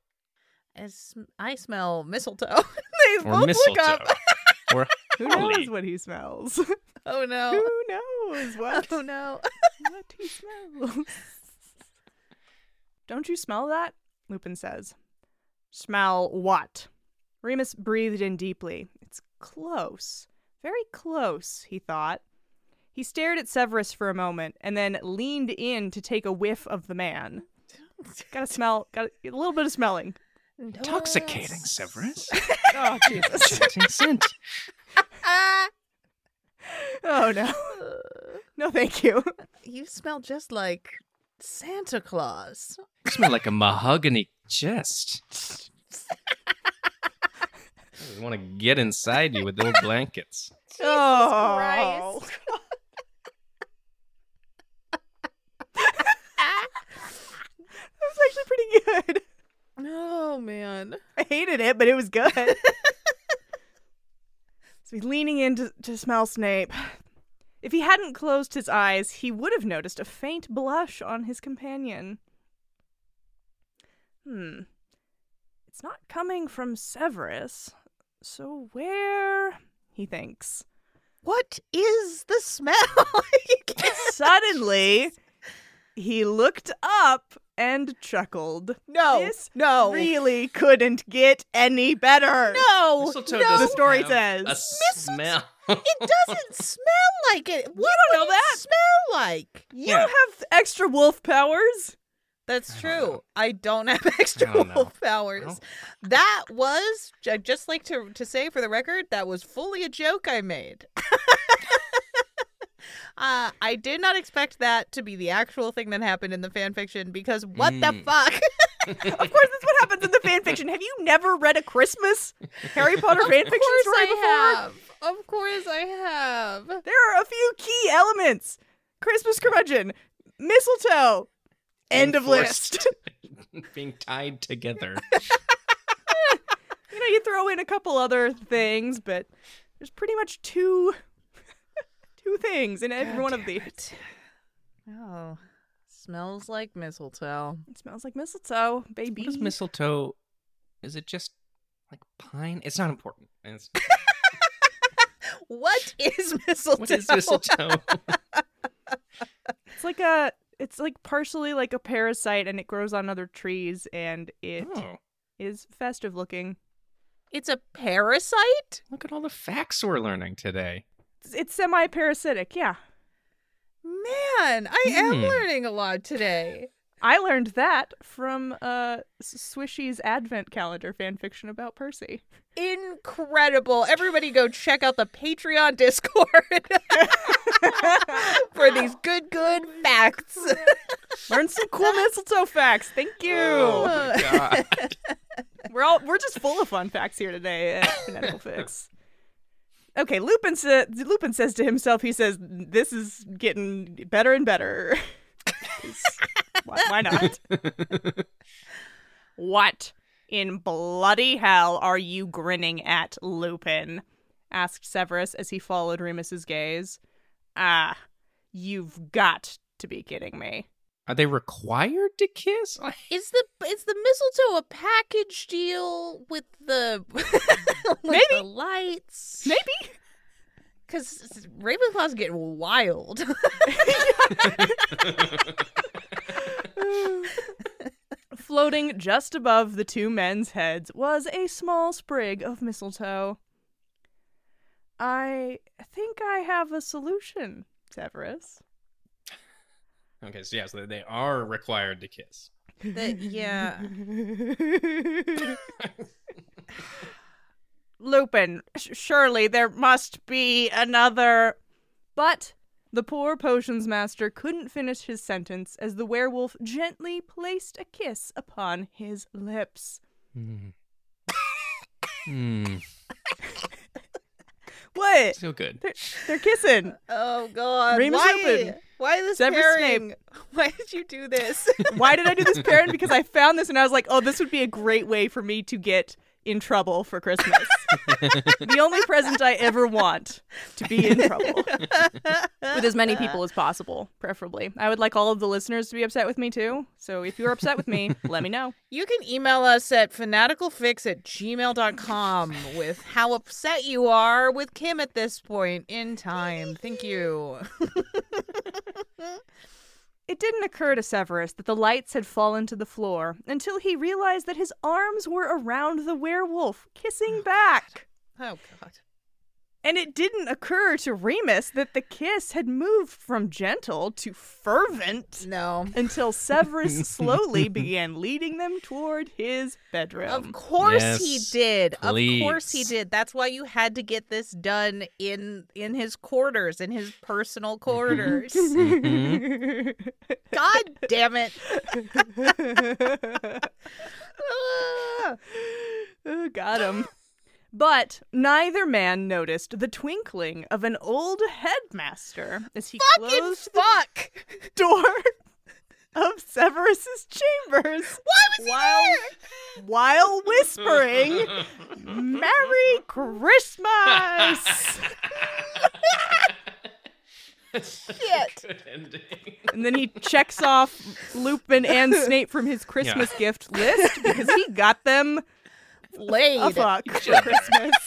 Speaker 3: As I smell mistletoe, *laughs* they
Speaker 1: or
Speaker 3: both
Speaker 1: mistletoe
Speaker 2: *laughs*
Speaker 3: look up.
Speaker 1: or
Speaker 2: *laughs* Who
Speaker 1: Golly.
Speaker 2: knows what he smells?
Speaker 3: *laughs* Oh
Speaker 2: *laughs*
Speaker 3: no.
Speaker 2: Who knows what,
Speaker 3: Oh no. *laughs*
Speaker 2: what *laughs* he smells? Don't you smell that? Lupin says. Smell what? Remus breathed in deeply. It's close. Very close, he thought. He stared at Severus for a moment and then leaned in to take a whiff of the man. Gotta smell, got a little bit of smelling.
Speaker 1: Intoxicating,
Speaker 2: *laughs*
Speaker 1: Severus.
Speaker 2: Oh, Jesus.
Speaker 1: Scenting scent.
Speaker 3: Ah,
Speaker 2: Oh, no. *laughs* No, thank *laughs* you.
Speaker 3: you smell just like Santa Claus.
Speaker 1: You smell like a mahogany
Speaker 2: *laughs*
Speaker 1: chest. I want to get inside you with
Speaker 2: *laughs*
Speaker 1: those blankets.
Speaker 2: oh.
Speaker 3: Christ. Ah.
Speaker 2: That was actually pretty good.
Speaker 3: Oh man.
Speaker 2: *laughs* I hated it, but it was good. so he's leaning in to, to smell Snape. If he hadn't closed his eyes, he would have noticed a faint blush on his companion. Hmm. It's not coming from Severus. So where? He
Speaker 3: *laughs*
Speaker 2: thinks.
Speaker 3: What is the smell? *laughs*
Speaker 2: Suddenly, he looked up and chuckled.
Speaker 3: no.
Speaker 2: This
Speaker 3: no.
Speaker 2: Really couldn't get any better.
Speaker 3: no.
Speaker 1: Mistletoe
Speaker 3: no. *laughs*
Speaker 1: doesn't
Speaker 2: Oh, The story
Speaker 1: have
Speaker 2: says.
Speaker 1: a smell.
Speaker 3: It doesn't smell like it. What
Speaker 2: don't know
Speaker 3: would it
Speaker 2: that.
Speaker 3: smell like?
Speaker 2: You don't have extra wolf powers.
Speaker 3: That's
Speaker 1: I don't
Speaker 3: true.
Speaker 1: know.
Speaker 3: I don't have *laughs* extra
Speaker 1: I don't know.
Speaker 3: wolf powers. That was I'd just like to to say for the record, that was fully a joke I made. *laughs* uh, I did not expect that to be the actual thing that happened in the fan fiction because what the
Speaker 1: Mm.
Speaker 3: fuck? *laughs*
Speaker 2: Of course, that's what happens in the fan fiction. Have you never read a Christmas Harry Potter fan
Speaker 3: of
Speaker 2: fiction
Speaker 3: course
Speaker 2: story before?
Speaker 3: I have. Of course I have.
Speaker 2: There are a few key elements: Christmas curmudgeon, mistletoe. End of
Speaker 1: Enforced. *laughs*
Speaker 2: list. *laughs*
Speaker 1: Being tied together.
Speaker 2: you know, you throw in a couple other things, but there's pretty much two, *laughs* two things in every one of these. It.
Speaker 3: Oh. Smells like mistletoe.
Speaker 2: smells like mistletoe, baby.
Speaker 1: What is mistletoe? Is it just like pine? It's not important. It's,
Speaker 3: *laughs* What is mistletoe?
Speaker 1: what is mistletoe?
Speaker 2: It's like a. It's like partially like a parasite, and it grows on other trees, and it is
Speaker 1: oh,
Speaker 2: festive looking.
Speaker 3: It's a parasite?
Speaker 1: look at all the facts we're learning today.
Speaker 2: It's- It's semi-parasitic, yeah.
Speaker 3: Man, I am
Speaker 1: Hmm.
Speaker 3: learning a lot today.
Speaker 2: I learned that from uh, S- Swishy's Advent Calendar fanfiction about Percy. *laughs*
Speaker 3: Incredible. Everybody go check out the Patreon Discord *laughs* for these good, good facts.
Speaker 2: Learned some cool mistletoe facts. Thank you.
Speaker 1: *laughs* Oh my god.
Speaker 2: We're all we're just full of fun facts here today at Fanatical Fix. Okay, Lupin sa- Lupin says to himself, he says, "This is getting better and better." 'Cause why, why not? *laughs* what in bloody hell are you grinning at, Lupin? asked Severus as he followed Remus's gaze. Ah, you've got to be kidding me.
Speaker 1: Are they required to kiss? Like,
Speaker 3: Is the is the mistletoe a package deal with the *laughs* with
Speaker 2: Maybe.
Speaker 3: the lights?
Speaker 2: Maybe.
Speaker 3: Because Ravenclaw's getting wild. *laughs*
Speaker 2: *laughs* Floating just above the two men's heads was a small sprig of mistletoe. I think I have a solution, Severus.
Speaker 1: okay, so yeah, so they are required to kiss.
Speaker 3: The- yeah.
Speaker 2: Lupin, s- surely there must be another. But the poor potions master couldn't finish his sentence as the werewolf gently placed a kiss upon his lips.
Speaker 1: Hmm. Hmm.
Speaker 2: What?
Speaker 1: So good.
Speaker 2: They're, they're kissing.
Speaker 3: Oh God!
Speaker 2: Remus
Speaker 3: Why?
Speaker 2: Lupin.
Speaker 3: Why this
Speaker 2: Severus
Speaker 3: pairing? *laughs* Why did you do this? *laughs*
Speaker 2: Why did I do this pairing? Because I found this and I was like, oh, this would be a great way for me to get in trouble for Christmas. the only present I ever want to be in trouble with as many people as possible, preferably. I would like all of the listeners to be upset with me too. So if you're upset with me, let me know.
Speaker 3: You can email us at fanaticalfix at gmail.com with how upset you are with Kim at this point in time. Thank you. *laughs*
Speaker 2: It didn't occur to Severus that the lights had fallen to the floor until he realized that his arms were around the werewolf, kissing back.
Speaker 3: Oh, God.
Speaker 2: And it didn't occur to Remus that the kiss had moved from gentle to fervent
Speaker 3: No.
Speaker 2: until Severus slowly began leading them toward his bedroom.
Speaker 3: Of course he
Speaker 1: Um, Yes,
Speaker 3: did. Of course he
Speaker 1: please.
Speaker 3: did. That's why you had to get this done in in his quarters, in his personal quarters.
Speaker 1: Hmm?
Speaker 2: *laughs*
Speaker 3: God damn it. Ah.
Speaker 2: Oh, Got him. But neither man noticed the twinkling of an old headmaster as he
Speaker 3: Fucking
Speaker 2: closed
Speaker 3: fuck.
Speaker 2: the door *laughs* of Severus's chambers. Why was while, while whispering, "Merry Christmas!"
Speaker 3: Shit.
Speaker 1: *laughs* Good ending.
Speaker 2: and then he checks off Lupin and Snape from his Christmas gift list because he got them a
Speaker 3: Laid.
Speaker 2: fuck for Christmas. *laughs*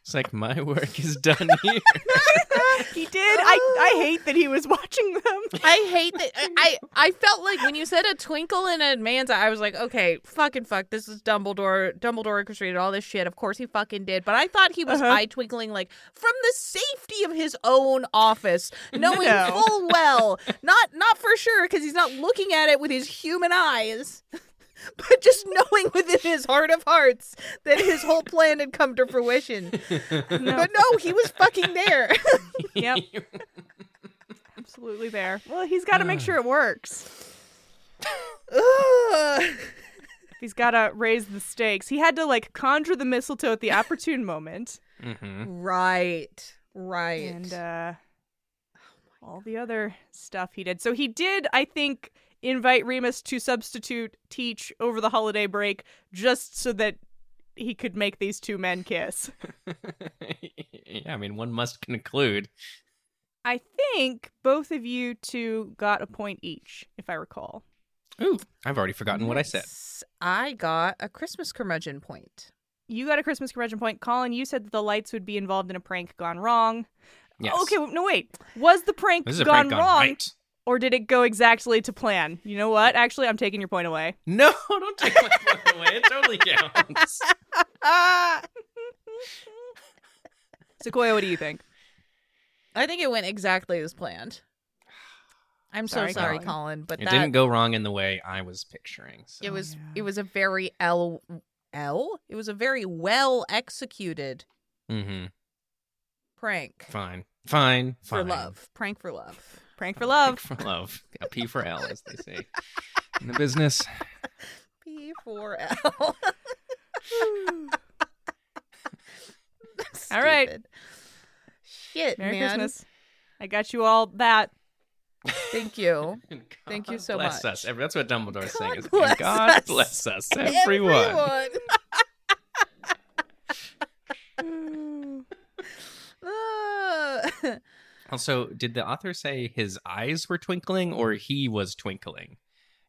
Speaker 1: It's like my work is done here.
Speaker 2: He did. I, I hate that he was watching them.
Speaker 3: I hate that. I, I I felt like when you said a twinkle in a man's eye, I was like, okay, fucking fuck. This is Dumbledore. Dumbledore orchestrated all this shit. Of course he fucking did. But I thought he was
Speaker 2: Uh-huh.
Speaker 3: eye twinkling like from the safety of his own office, knowing
Speaker 2: No.
Speaker 3: full well, not not for sure because he's not looking at it with his human eyes. *laughs* But just knowing within his heart of hearts that his whole plan had come to fruition. But no, he was fucking there. *laughs*
Speaker 2: Yep. Absolutely there. Well, he's got to make sure it works.
Speaker 3: Ugh.
Speaker 2: He's got to raise the stakes. He had to like conjure the mistletoe at the opportune moment
Speaker 1: hmm
Speaker 3: Right. Right.
Speaker 2: and uh all the other stuff he did. So he did, I think, invite Remus to substitute teach over the holiday break just so that he could make these two men kiss.
Speaker 1: *laughs* yeah, I mean, one must conclude.
Speaker 2: I think both of you two got a point each, if I recall.
Speaker 1: Ooh, I've already forgotten what I said.
Speaker 3: Yes, I got a Christmas curmudgeon point.
Speaker 2: You got a Christmas convention point. Colin, you said that the lights would be involved in a prank gone wrong.
Speaker 1: Yes.
Speaker 2: Okay, w- no, wait. Was the prank
Speaker 1: This is
Speaker 2: gone
Speaker 1: a prank gone
Speaker 2: wrong,
Speaker 1: right.
Speaker 2: or did it go exactly to plan? You know what? Actually, I'm taking your point away.
Speaker 1: No, don't take my phone away. It totally counts.
Speaker 3: Ah, *laughs*
Speaker 2: Sequoia, what do you think?
Speaker 3: I think it went exactly as planned. I'm
Speaker 2: Sorry,
Speaker 3: so sorry,
Speaker 2: Colin.
Speaker 3: Colin, but
Speaker 1: It
Speaker 3: that
Speaker 1: didn't go wrong in the way I was picturing. So.
Speaker 3: it was
Speaker 2: Oh, Yeah.
Speaker 3: it was a very L L. It was a very well executed
Speaker 1: hmm
Speaker 3: prank
Speaker 1: Fine. Fine.
Speaker 3: for
Speaker 1: Fine.
Speaker 3: love. Prank for love.
Speaker 2: Prank for
Speaker 1: Prank
Speaker 2: love.
Speaker 1: For love. A P for L, as they say in the business.
Speaker 3: P for *laughs* L.
Speaker 2: *laughs* All right.
Speaker 3: Stupid. Shit,
Speaker 2: Merry
Speaker 3: man.
Speaker 2: Christmas. I got you all that.
Speaker 3: Thank you. Thank you
Speaker 1: God
Speaker 3: so
Speaker 1: bless
Speaker 3: much.
Speaker 1: Us. Every- That's what Dumbledore's saying.
Speaker 3: God
Speaker 1: Is,
Speaker 3: bless
Speaker 1: God
Speaker 3: us.
Speaker 1: bless us, everyone.
Speaker 3: Everyone. Ah.
Speaker 1: Also, did the author say his eyes were twinkling or he was twinkling?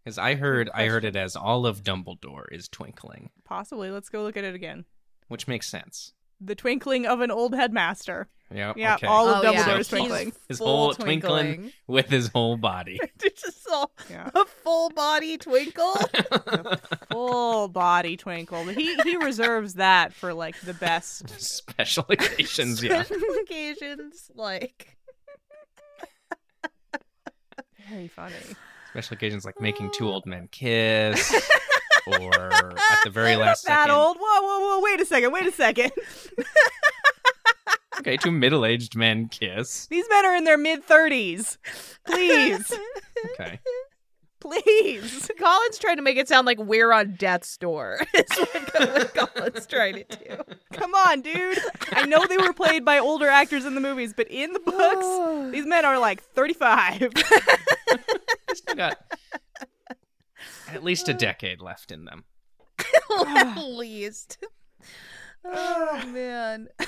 Speaker 1: Because I heard, I heard it as all of Dumbledore is twinkling,
Speaker 2: Possibly. Let's go look at it again.
Speaker 1: which makes sense.
Speaker 2: The twinkling of an old headmaster.
Speaker 1: Yeah.
Speaker 2: Yeah,
Speaker 1: okay.
Speaker 2: all of
Speaker 3: Oh, yeah.
Speaker 2: Dumbledore's
Speaker 1: So he's-
Speaker 2: twinkling.
Speaker 1: His
Speaker 3: full
Speaker 1: whole twinkling. with his whole body.
Speaker 3: *laughs* It's just all
Speaker 2: Yeah.
Speaker 3: a full body twinkle.
Speaker 1: *laughs*
Speaker 3: *laughs*
Speaker 2: Full body twinkle. But he he reserves that for like the best
Speaker 1: Special occasions,
Speaker 3: *laughs*
Speaker 1: yeah.
Speaker 3: Special occasions, like
Speaker 2: Very funny.
Speaker 1: Special occasions like making two old
Speaker 2: *laughs*
Speaker 1: men kiss, or at the very last
Speaker 2: That
Speaker 1: second.
Speaker 2: old. Whoa, whoa, whoa! Wait a second. Wait a second.
Speaker 1: Okay, two middle-aged men kiss.
Speaker 2: These men are in their mid thirties.
Speaker 3: *laughs*
Speaker 2: Please,
Speaker 1: Okay.
Speaker 2: please.
Speaker 3: Colin's trying to make it sound like we're on death's door. *laughs* is what Colin's trying to do.
Speaker 2: Come on, dude. I know they were played by older actors in the movies, but in the
Speaker 3: *gasps*
Speaker 2: books,
Speaker 3: *laughs*
Speaker 2: these men are like thirty-five. *laughs*
Speaker 1: Still got at least a decade left in them. *sighs*
Speaker 3: at *laughs* least. Oh man. *laughs*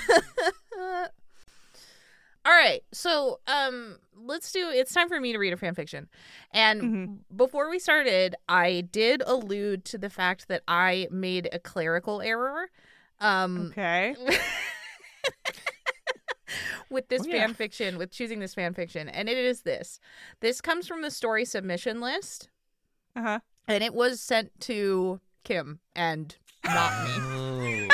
Speaker 3: All right, so um, let's do. It's time for me to read a fan fiction, and
Speaker 1: Mm-hmm.
Speaker 3: before we started, I did allude to the fact that I made a clerical error, um,
Speaker 2: Okay.
Speaker 3: with this
Speaker 1: Oh, yeah.
Speaker 3: fan fiction, with choosing this fan fiction, and it is this. This comes from the story submission list,
Speaker 2: Uh
Speaker 3: *laughs*
Speaker 2: huh.
Speaker 3: and it was sent to Kim and not me.
Speaker 1: Oh.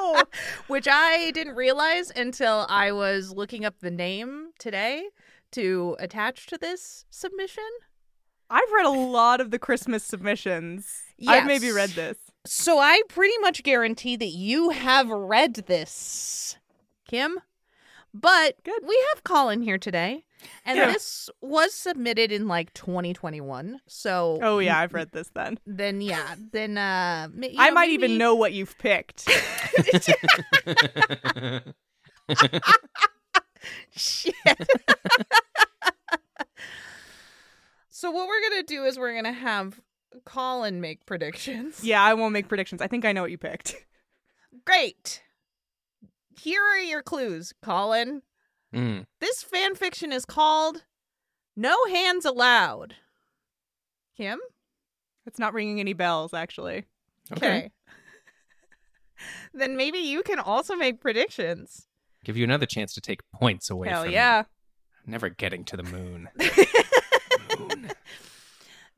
Speaker 2: Oh no.
Speaker 3: which I didn't realize until I was looking up the name today to attach to this submission.
Speaker 2: I've read a lot of the Christmas submissions. I've maybe
Speaker 3: Yes.
Speaker 2: read this.
Speaker 3: So I pretty much guarantee that you have read this, Kim. But
Speaker 2: Good.
Speaker 3: we have Colin here today, and
Speaker 2: Yeah.
Speaker 3: this was submitted in like 2021. So
Speaker 2: Oh yeah, I've read this then.
Speaker 3: then yeah, then uh, ma- you
Speaker 2: I
Speaker 3: know,
Speaker 2: might
Speaker 3: maybe-
Speaker 2: even know what you've
Speaker 3: *laughs*
Speaker 2: picked.
Speaker 3: Shit. *laughs* so what we're gonna do is we're gonna have Colin make predictions.
Speaker 2: yeah, I won't make predictions. I think I know what you picked.
Speaker 3: Great. Here are your clues, Colin.
Speaker 1: Mm.
Speaker 3: This fan fiction is called No Hands Allowed. Kim?
Speaker 2: It's not ringing any bells, actually.
Speaker 1: Okay.
Speaker 3: *laughs* then maybe you can also make predictions.
Speaker 1: Give you another chance to take points away
Speaker 2: Hell
Speaker 1: from
Speaker 2: yeah.
Speaker 1: me. Never getting to the
Speaker 2: *laughs*
Speaker 1: moon. moon.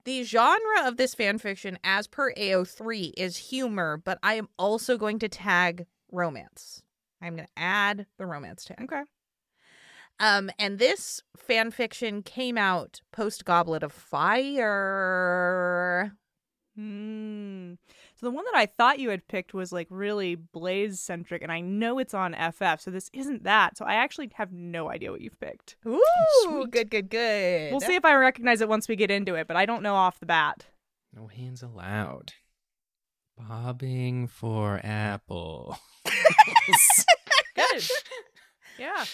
Speaker 3: The genre of this fanfiction, as per AO3, is humor, but I am also going to tag romance. I'm going to add the romance tag.
Speaker 2: Okay.
Speaker 3: Um, and this fanfiction came out post Goblet of Fire.
Speaker 2: Mm. So the one that I thought you had picked was like really Blaze centric, and I know it's on FF, so this isn't that. So I actually have no idea what you've picked.
Speaker 3: Ooh,
Speaker 1: sweet.
Speaker 3: good, good, good. *laughs*
Speaker 2: We'll see if I recognize it once we get into it, but I don't know off the bat.
Speaker 1: No hands allowed. Bobbing for apple.
Speaker 2: Good. yeah.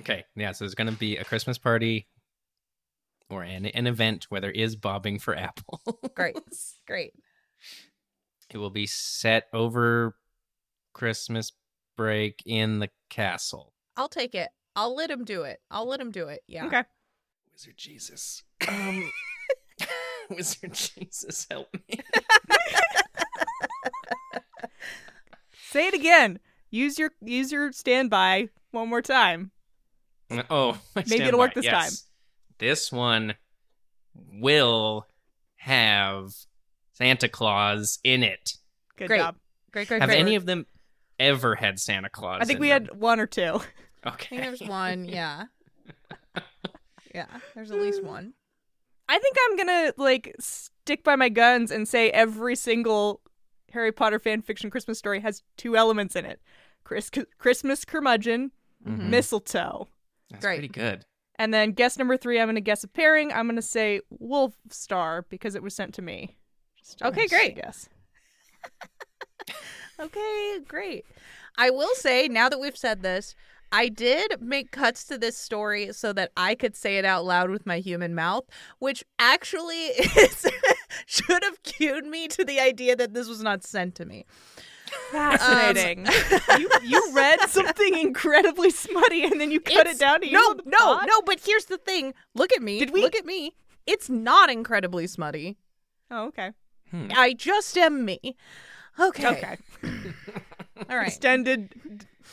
Speaker 1: okay, yeah, so there's going to be a Christmas party or an, an event where there is bobbing for apple. *laughs*
Speaker 3: Great, great.
Speaker 1: it will be set over Christmas break in the castle.
Speaker 3: I'll take it. I'll let him do it. I'll let him do it. Yeah.
Speaker 2: Okay.
Speaker 1: Wizard Jesus. Um, *laughs* Wizard Jesus, help me.
Speaker 2: Say it again. Use your use your standby one more time.
Speaker 1: *laughs* Oh, I
Speaker 2: Maybe
Speaker 1: stand
Speaker 2: it'll work
Speaker 1: by it.
Speaker 2: this
Speaker 1: Yes. This one will have Santa Claus in it.
Speaker 2: Good
Speaker 3: Great.
Speaker 2: job.
Speaker 3: Great, great,
Speaker 1: Have
Speaker 3: great.
Speaker 1: any of them ever had Santa Claus?
Speaker 2: I think
Speaker 1: in
Speaker 2: we
Speaker 1: them?
Speaker 2: had one or two.
Speaker 3: I think
Speaker 1: Okay.
Speaker 3: there's
Speaker 1: *laughs*
Speaker 3: one. Yeah. yeah. There's at least one.
Speaker 2: I think I'm gonna like stick by my guns and say every single Harry Potter fan fiction Christmas story has two elements in it: Chris- Christmas curmudgeon,
Speaker 3: Mm-hmm. Mm.
Speaker 1: Mhm.
Speaker 2: mistletoe,
Speaker 1: That's
Speaker 3: Great.
Speaker 1: pretty good.
Speaker 2: and then guess number three. I'm gonna guess a pairing. I'm gonna say wolf star because it was sent to me. Just a
Speaker 3: Okay,
Speaker 2: nice
Speaker 3: great.
Speaker 2: Guess.
Speaker 3: Okay, great. I will say now that we've said this, I did make cuts to this story so that I could say it out loud with my human mouth, which actually *laughs* is, should have cued me to the idea that this was not sent to me.
Speaker 2: Fascinating. Um, *laughs* you you
Speaker 3: *laughs*
Speaker 2: read something incredibly smutty and then you cut
Speaker 3: It's-
Speaker 2: it down to use
Speaker 3: no,
Speaker 2: on the
Speaker 3: no,
Speaker 2: pod?
Speaker 3: no. But here's the thing: look at me.
Speaker 2: Did we-
Speaker 3: look at me? It's not incredibly smutty.
Speaker 2: Oh, okay.
Speaker 3: I just am me. Okay.
Speaker 2: Okay.
Speaker 3: All right.
Speaker 2: Extended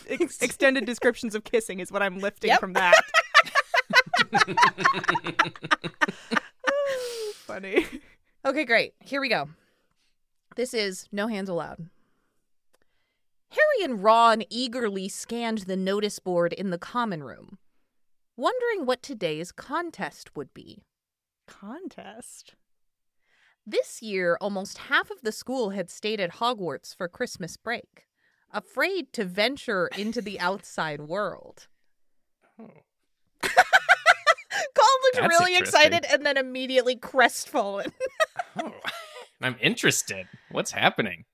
Speaker 2: ex- extended descriptions of kissing is what I'm lifting
Speaker 3: Yep.
Speaker 2: from
Speaker 3: *laughs*
Speaker 2: that. *laughs* Funny.
Speaker 3: Okay, great. Here we go. This is No Hands Allowed. Harry and Ron eagerly scanned the notice board in the common room, wondering what today's contest would be.
Speaker 2: Contest.
Speaker 3: This year, almost half of the school had stayed at Hogwarts for Christmas break, afraid to venture into
Speaker 1: *laughs*
Speaker 3: the outside world. *laughs* Colin looked
Speaker 1: Oh. That's
Speaker 3: really
Speaker 1: interesting.
Speaker 3: excited and then immediately crestfallen.
Speaker 1: Oh, *laughs* I'm interested. What's happening?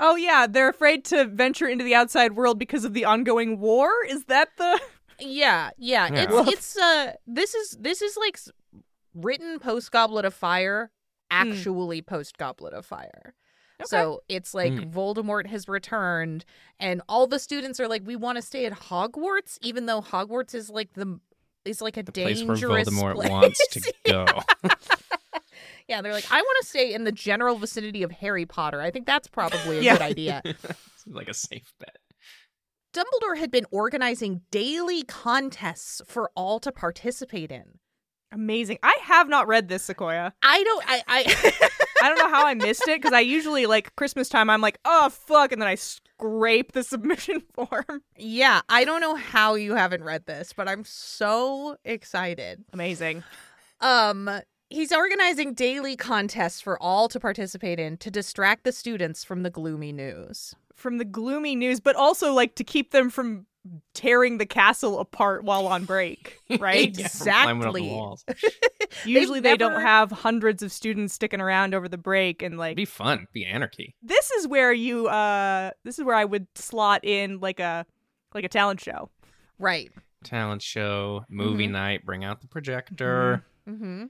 Speaker 2: Oh yeah, they're afraid to venture into the outside world because of the ongoing war. Is that the
Speaker 3: Yeah, yeah.
Speaker 1: Yeah.
Speaker 3: It's
Speaker 2: Well-
Speaker 3: it's uh this is this is like s- written post Goblet of Fire, actually post Goblet of Fire. So it's like
Speaker 1: Hmm.
Speaker 3: Voldemort has returned, and all the students are like, "We want to stay at Hogwarts," even though Hogwarts is like the is like a
Speaker 1: The place where
Speaker 3: dangerous
Speaker 1: Voldemort
Speaker 3: place.
Speaker 1: wants to go.
Speaker 3: *laughs* yeah, they're like, "I want to stay in the general vicinity of Harry Potter." I think that's probably a
Speaker 2: Yeah.
Speaker 1: *laughs*
Speaker 3: good idea.
Speaker 1: It's like a safe bet. *laughs*
Speaker 3: Dumbledore had been organizing daily contests for all to participate in.
Speaker 2: Amazing. I have not read this Sequoia.
Speaker 3: I don't. I. I
Speaker 2: I don't know how I missed it because I usually like Christmas time. I'm like, oh fuck, and then I scrape the *laughs* submission form.
Speaker 3: yeah, I don't know how you haven't read this, but I'm so excited.
Speaker 2: Amazing.
Speaker 3: Um, he's organizing daily contests for all to participate in to distract the students from the gloomy news.
Speaker 2: From the gloomy news, but also like to keep them from tearing the castle apart while on break, right?
Speaker 1: Yeah, from climbing up the
Speaker 3: Exactly.
Speaker 1: walls.
Speaker 2: Usually they don't
Speaker 3: never-
Speaker 2: have hundreds of students sticking around over the break and like
Speaker 1: It'd be fun. It'd be anarchy.
Speaker 2: this is where you uh this is where I would slot in like a like a talent show.
Speaker 3: Right.
Speaker 1: Talent show, movie
Speaker 3: Mhm.
Speaker 1: night, bring out the projector.
Speaker 3: Mm-hmm. We're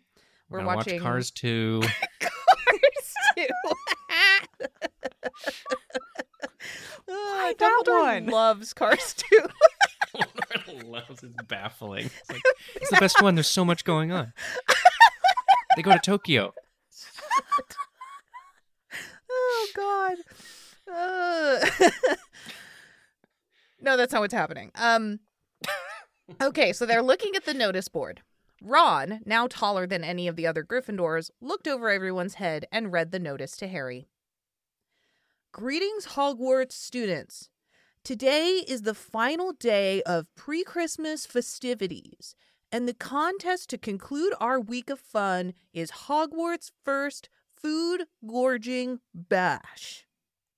Speaker 1: We're gonna
Speaker 3: watching-
Speaker 1: watch Cars *laughs* 2.
Speaker 3: *laughs* Cars too. *laughs*
Speaker 2: Why that one?
Speaker 3: loves Cars too.
Speaker 1: Lord loves it's baffling. It's, like, it's the best one. There's so much going on. They go to Tokyo.
Speaker 3: Oh God. Uh. *laughs* no, that's not what's happening. Um. Okay, so they're looking at the notice board. Ron, now taller than any of the other Gryffindors, looked over everyone's head and read the notice to Harry. Greetings, Hogwarts students. Today is the final day of pre Christmas festivities, and the contest to conclude our week of fun is Hogwarts' first food gorging bash.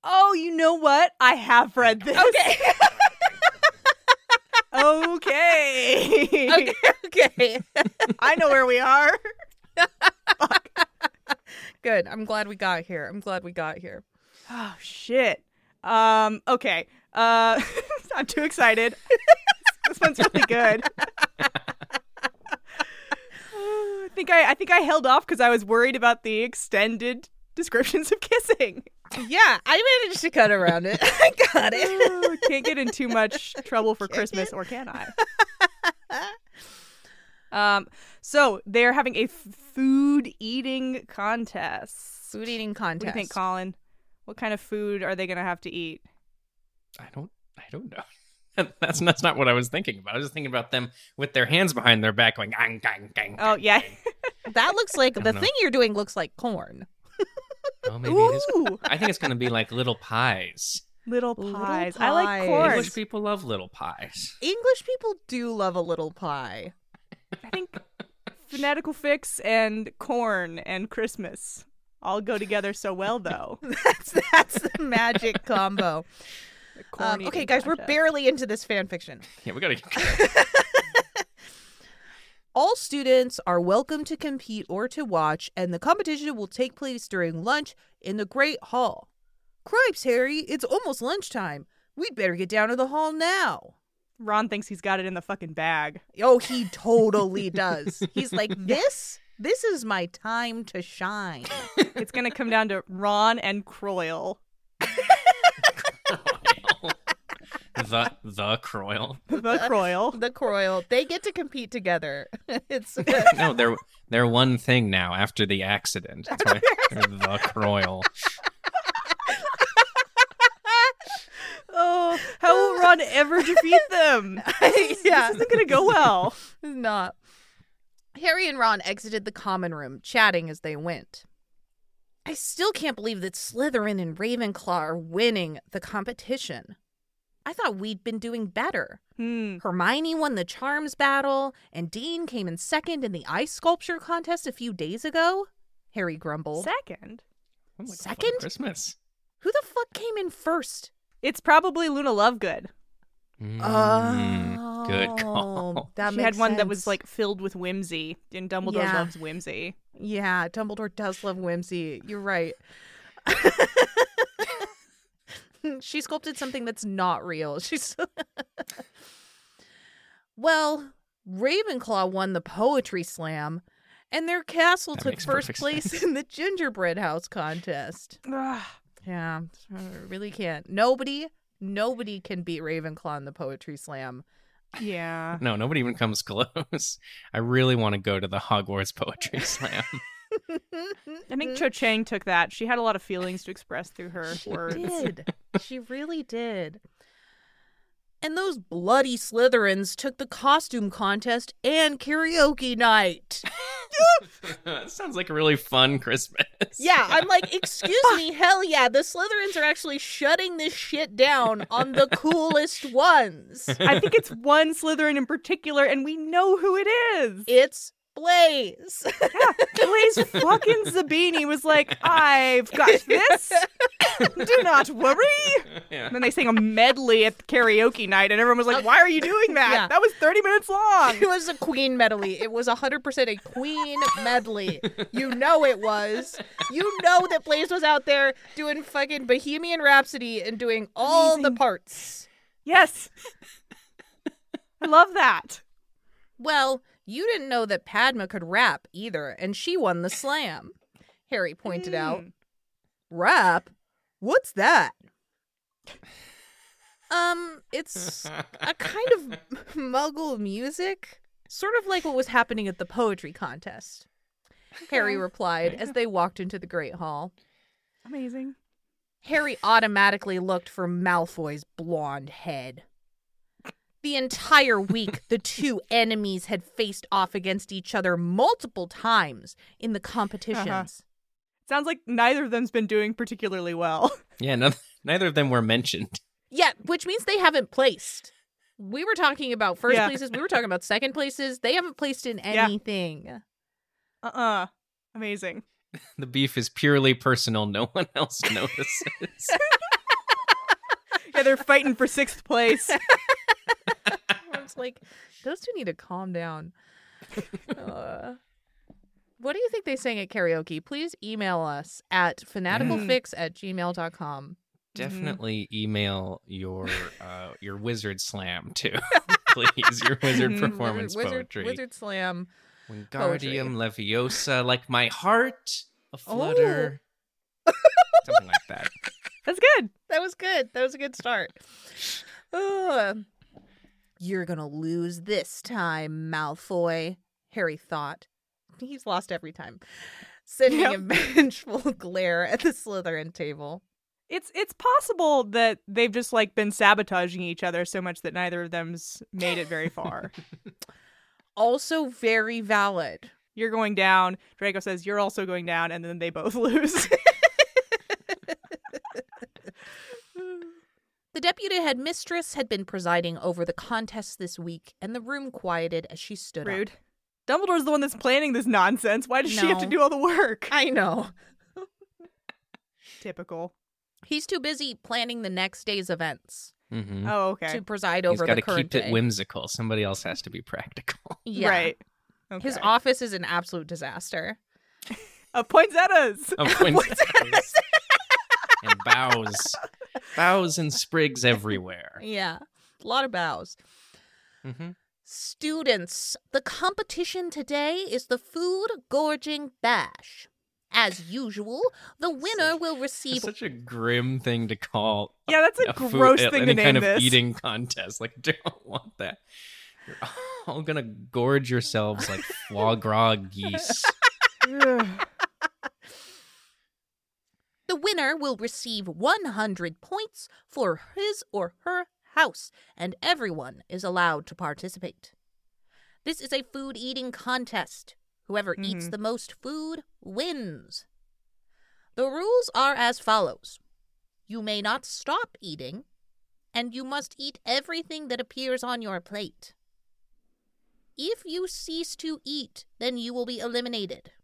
Speaker 2: Oh, you know what? I have read this. *laughs* okay.
Speaker 3: *laughs* okay, okay.
Speaker 2: I know where we are.
Speaker 3: *laughs* Good. I'm glad we got here. I'm glad we got here.
Speaker 2: Oh shit. Um. Okay. Uh. *laughs* I'm too excited. this one's really good. I think I, I think I held off because I was worried about the extended descriptions of kissing.
Speaker 3: Yeah, I managed to cut around it. *laughs* I got *laughs* it.
Speaker 2: Ooh, can't get in too
Speaker 3: *laughs*
Speaker 2: much trouble for Christmas, or can I? um. So they're having a food eating contest.
Speaker 3: Food eating contest.
Speaker 2: What do you think, Colin? What kind of food are they gonna have to eat?
Speaker 1: I don't. I don't know. *laughs* That's that's not what I was thinking about. I was just thinking about them with their hands behind their back, going gang gang gang.
Speaker 2: Oh
Speaker 1: gang,
Speaker 2: yeah.
Speaker 1: gang."
Speaker 3: that looks like the
Speaker 1: don't know.
Speaker 3: thing you're doing looks like corn.
Speaker 1: Oh, *laughs* maybe it is.
Speaker 2: Ooh,
Speaker 1: I think it's gonna be like little pies.
Speaker 2: little
Speaker 3: Little
Speaker 2: pies. I like
Speaker 3: pies.
Speaker 2: corn.
Speaker 1: English people love little pies.
Speaker 3: English people do love a little pie. *laughs*
Speaker 2: I think phonetical fix and corn and Christmas all go together so well,
Speaker 3: *laughs*
Speaker 2: though.
Speaker 3: That's that's the magic combo.
Speaker 2: The corn
Speaker 3: Um, okay,
Speaker 2: eating
Speaker 3: guys, we're
Speaker 2: contest.
Speaker 3: barely into this fan fiction.
Speaker 1: Yeah, we gotta get
Speaker 3: All students are welcome to compete or to watch, and the competition will take place during lunch in the Great Hall. Cripes, Harry, it's almost lunchtime. We'd better get down to the hall now.
Speaker 2: Ron thinks he's got it in the fucking bag.
Speaker 3: Oh, he *laughs* totally does. He's like, this, this is my time to shine.
Speaker 2: It's gonna come down to Ron and
Speaker 3: *laughs*
Speaker 2: Croyle.
Speaker 3: *laughs*
Speaker 1: the the Croyle. *laughs*
Speaker 2: The Croyle.
Speaker 3: The Croyle, they get to compete together. *laughs* It's
Speaker 1: No, they're they're one thing now after the accident. That's why *laughs* they're the Croyle.
Speaker 2: Oh, how will Ron ever defeat
Speaker 3: *laughs*
Speaker 2: them?
Speaker 3: yeah,
Speaker 2: This isn't gonna go
Speaker 3: *laughs*
Speaker 2: well.
Speaker 3: it's not. Harry and Ron exited the common room, chatting as they went. I still can't believe that Slytherin and Ravenclaw are winning the competition. I thought we'd been doing better.
Speaker 2: Hmm.
Speaker 3: Hermione won the charms battle, and Dean came in second in the ice sculpture contest a few days ago. Harry grumbled.
Speaker 2: Second,
Speaker 1: Sounds like a fun
Speaker 3: Second?
Speaker 1: Christmas.
Speaker 3: Who the fuck came in first?
Speaker 2: it's probably Luna Lovegood.
Speaker 3: Uh,
Speaker 1: Mm, good call.
Speaker 3: Oh, That
Speaker 2: she
Speaker 3: makes
Speaker 2: had one that was
Speaker 3: sense.
Speaker 2: like filled with whimsy, and Dumbledore
Speaker 3: Yeah.
Speaker 2: loves whimsy.
Speaker 3: yeah, Dumbledore does love whimsy. You're right. *laughs* she sculpted something that's not real. *laughs* She's well, Ravenclaw won the poetry slam, and their castle
Speaker 1: That
Speaker 3: took
Speaker 1: makes
Speaker 3: first
Speaker 1: perfect
Speaker 3: place in the gingerbread house contest.
Speaker 2: Ugh.
Speaker 3: Yeah, I really can't. Nobody, nobody can beat Ravenclaw in the poetry slam.
Speaker 2: Yeah.
Speaker 1: No, nobody even comes close. I really want to go to the Hogwarts
Speaker 3: *laughs*
Speaker 1: Poetry Slam.
Speaker 2: I think Cho Chang took that. She had a lot of feelings to express through her words. *laughs*
Speaker 3: did. She really did. And those bloody Slytherins took the costume contest and karaoke
Speaker 2: *laughs*
Speaker 3: night.
Speaker 1: that sounds like a really fun Christmas.
Speaker 3: Yeah, I'm like, excuse
Speaker 2: *laughs*
Speaker 3: me, hell yeah, the Slytherins are actually shutting this shit down
Speaker 2: *laughs*
Speaker 3: on the coolest ones.
Speaker 2: I think it's one Slytherin in particular, and we know who it is.
Speaker 3: It's
Speaker 2: *laughs*
Speaker 3: Blaze.
Speaker 2: Blaze fucking Zabini was like, I've got this. Do not worry.
Speaker 1: *laughs* Yeah.
Speaker 2: And then they sang a medley at karaoke night, and everyone was like, Why are you doing that?
Speaker 3: Yeah.
Speaker 2: That was 30 minutes long.
Speaker 3: It was a Queen medley. It was 100% a Queen medley. You know it was. You know that Blaze was out there doing fucking Bohemian Rhapsody and doing all the
Speaker 2: Amazing.
Speaker 3: parts.
Speaker 2: Yes. I love that.
Speaker 3: Well, you didn't know that Padma could rap either, and she won the slam. Harry pointed out.
Speaker 2: Mm.
Speaker 3: Rap? What's that? Um, it's a kind of muggle music, sort of like what was happening at the poetry contest. Harry replied as they walked into the Great Hall.
Speaker 2: Amazing.
Speaker 3: Harry automatically looked for Malfoy's blonde head. The entire week,
Speaker 2: *laughs*
Speaker 3: the two enemies had faced off against each other multiple times in the competitions.
Speaker 2: Uh-huh. Sounds like neither of them's been doing particularly well.
Speaker 1: Yeah, no, neither of them were mentioned. *laughs*
Speaker 3: Yeah, which means they haven't placed. We were talking about first
Speaker 2: Yeah.
Speaker 3: places, we were talking about second places. They haven't placed in
Speaker 2: Yeah.
Speaker 3: anything.
Speaker 2: Uh uh Amazing.
Speaker 1: The beef is purely personal. No one else *laughs* notices.
Speaker 2: Yeah, they're fighting for sixth place.
Speaker 3: I was like, those two need to
Speaker 2: *laughs*
Speaker 3: calm down. Uh, what do you think they sang at karaoke? Please email us at
Speaker 2: Mm.
Speaker 3: fanaticalfix at gmail.com.
Speaker 1: Definitely email your
Speaker 3: *laughs*
Speaker 1: uh, your wizard slam too, *laughs* please. Your wizard
Speaker 2: Mhm.
Speaker 1: performance
Speaker 3: Mm-hmm. wizard,
Speaker 1: poetry.
Speaker 3: Wizard Slam.
Speaker 1: Wingardium Leviosa, like my heart aflutter.
Speaker 3: Oh.
Speaker 1: Something like
Speaker 3: *laughs*
Speaker 1: that.
Speaker 2: That's good.
Speaker 3: That was good. That was a
Speaker 1: *laughs*
Speaker 3: good start. Ugh. You're going to lose this time, Malfoy, Harry thought. He's lost every time, sending
Speaker 2: Yep.
Speaker 3: a *laughs* vengeful glare at the Slytherin table.
Speaker 2: It's it's possible that they've just like been sabotaging each other so much that neither of them's made it very far.
Speaker 3: Also, very valid.
Speaker 2: You're going down. Draco says you're also going down, and then they both *laughs* lose.
Speaker 3: The deputy head mistress had been presiding over the contest this week, and the room quieted as she stood up.
Speaker 2: Rude. Dumbledore's the one that's planning this nonsense. Why does she have to
Speaker 3: No.
Speaker 2: do all the work?
Speaker 3: *laughs* I know.
Speaker 2: Typical.
Speaker 3: He's too busy planning the next day's events
Speaker 1: Mm-hmm.
Speaker 2: Oh, okay.
Speaker 3: to preside
Speaker 1: He's
Speaker 3: over
Speaker 1: got to
Speaker 3: the current
Speaker 1: keep it
Speaker 3: day.
Speaker 1: whimsical. Somebody else has to be practical.
Speaker 3: *laughs* yeah.
Speaker 2: Right. Okay.
Speaker 3: His office is an absolute disaster.
Speaker 2: of poinsettias.
Speaker 1: Of poinsettias and bows, bows and sprigs
Speaker 3: *laughs*
Speaker 1: everywhere.
Speaker 3: Yeah. A lot of bows.
Speaker 1: hmm
Speaker 3: Students, the competition today is the food gorging bash. As usual, the winner will receive
Speaker 1: It's such a grim thing to call. a-
Speaker 2: Yeah, that's a,
Speaker 1: a food-
Speaker 2: gross
Speaker 1: a-
Speaker 2: thing
Speaker 1: any
Speaker 2: to name
Speaker 1: kind of
Speaker 2: this.
Speaker 1: eating contest. Like, *laughs* don't want that. You're all gonna gorge yourselves like
Speaker 2: *laughs*
Speaker 1: foie gras geese.
Speaker 2: *laughs* Ugh.
Speaker 3: The winner will receive 100 points for his or her house, and everyone is allowed to participate. This is a food eating contest. Whoever eats
Speaker 2: Mhm.
Speaker 3: the most food wins. The rules are as follows You may not stop eating, and you must eat everything that appears on your plate. If you cease to eat, then you will be eliminated. *laughs*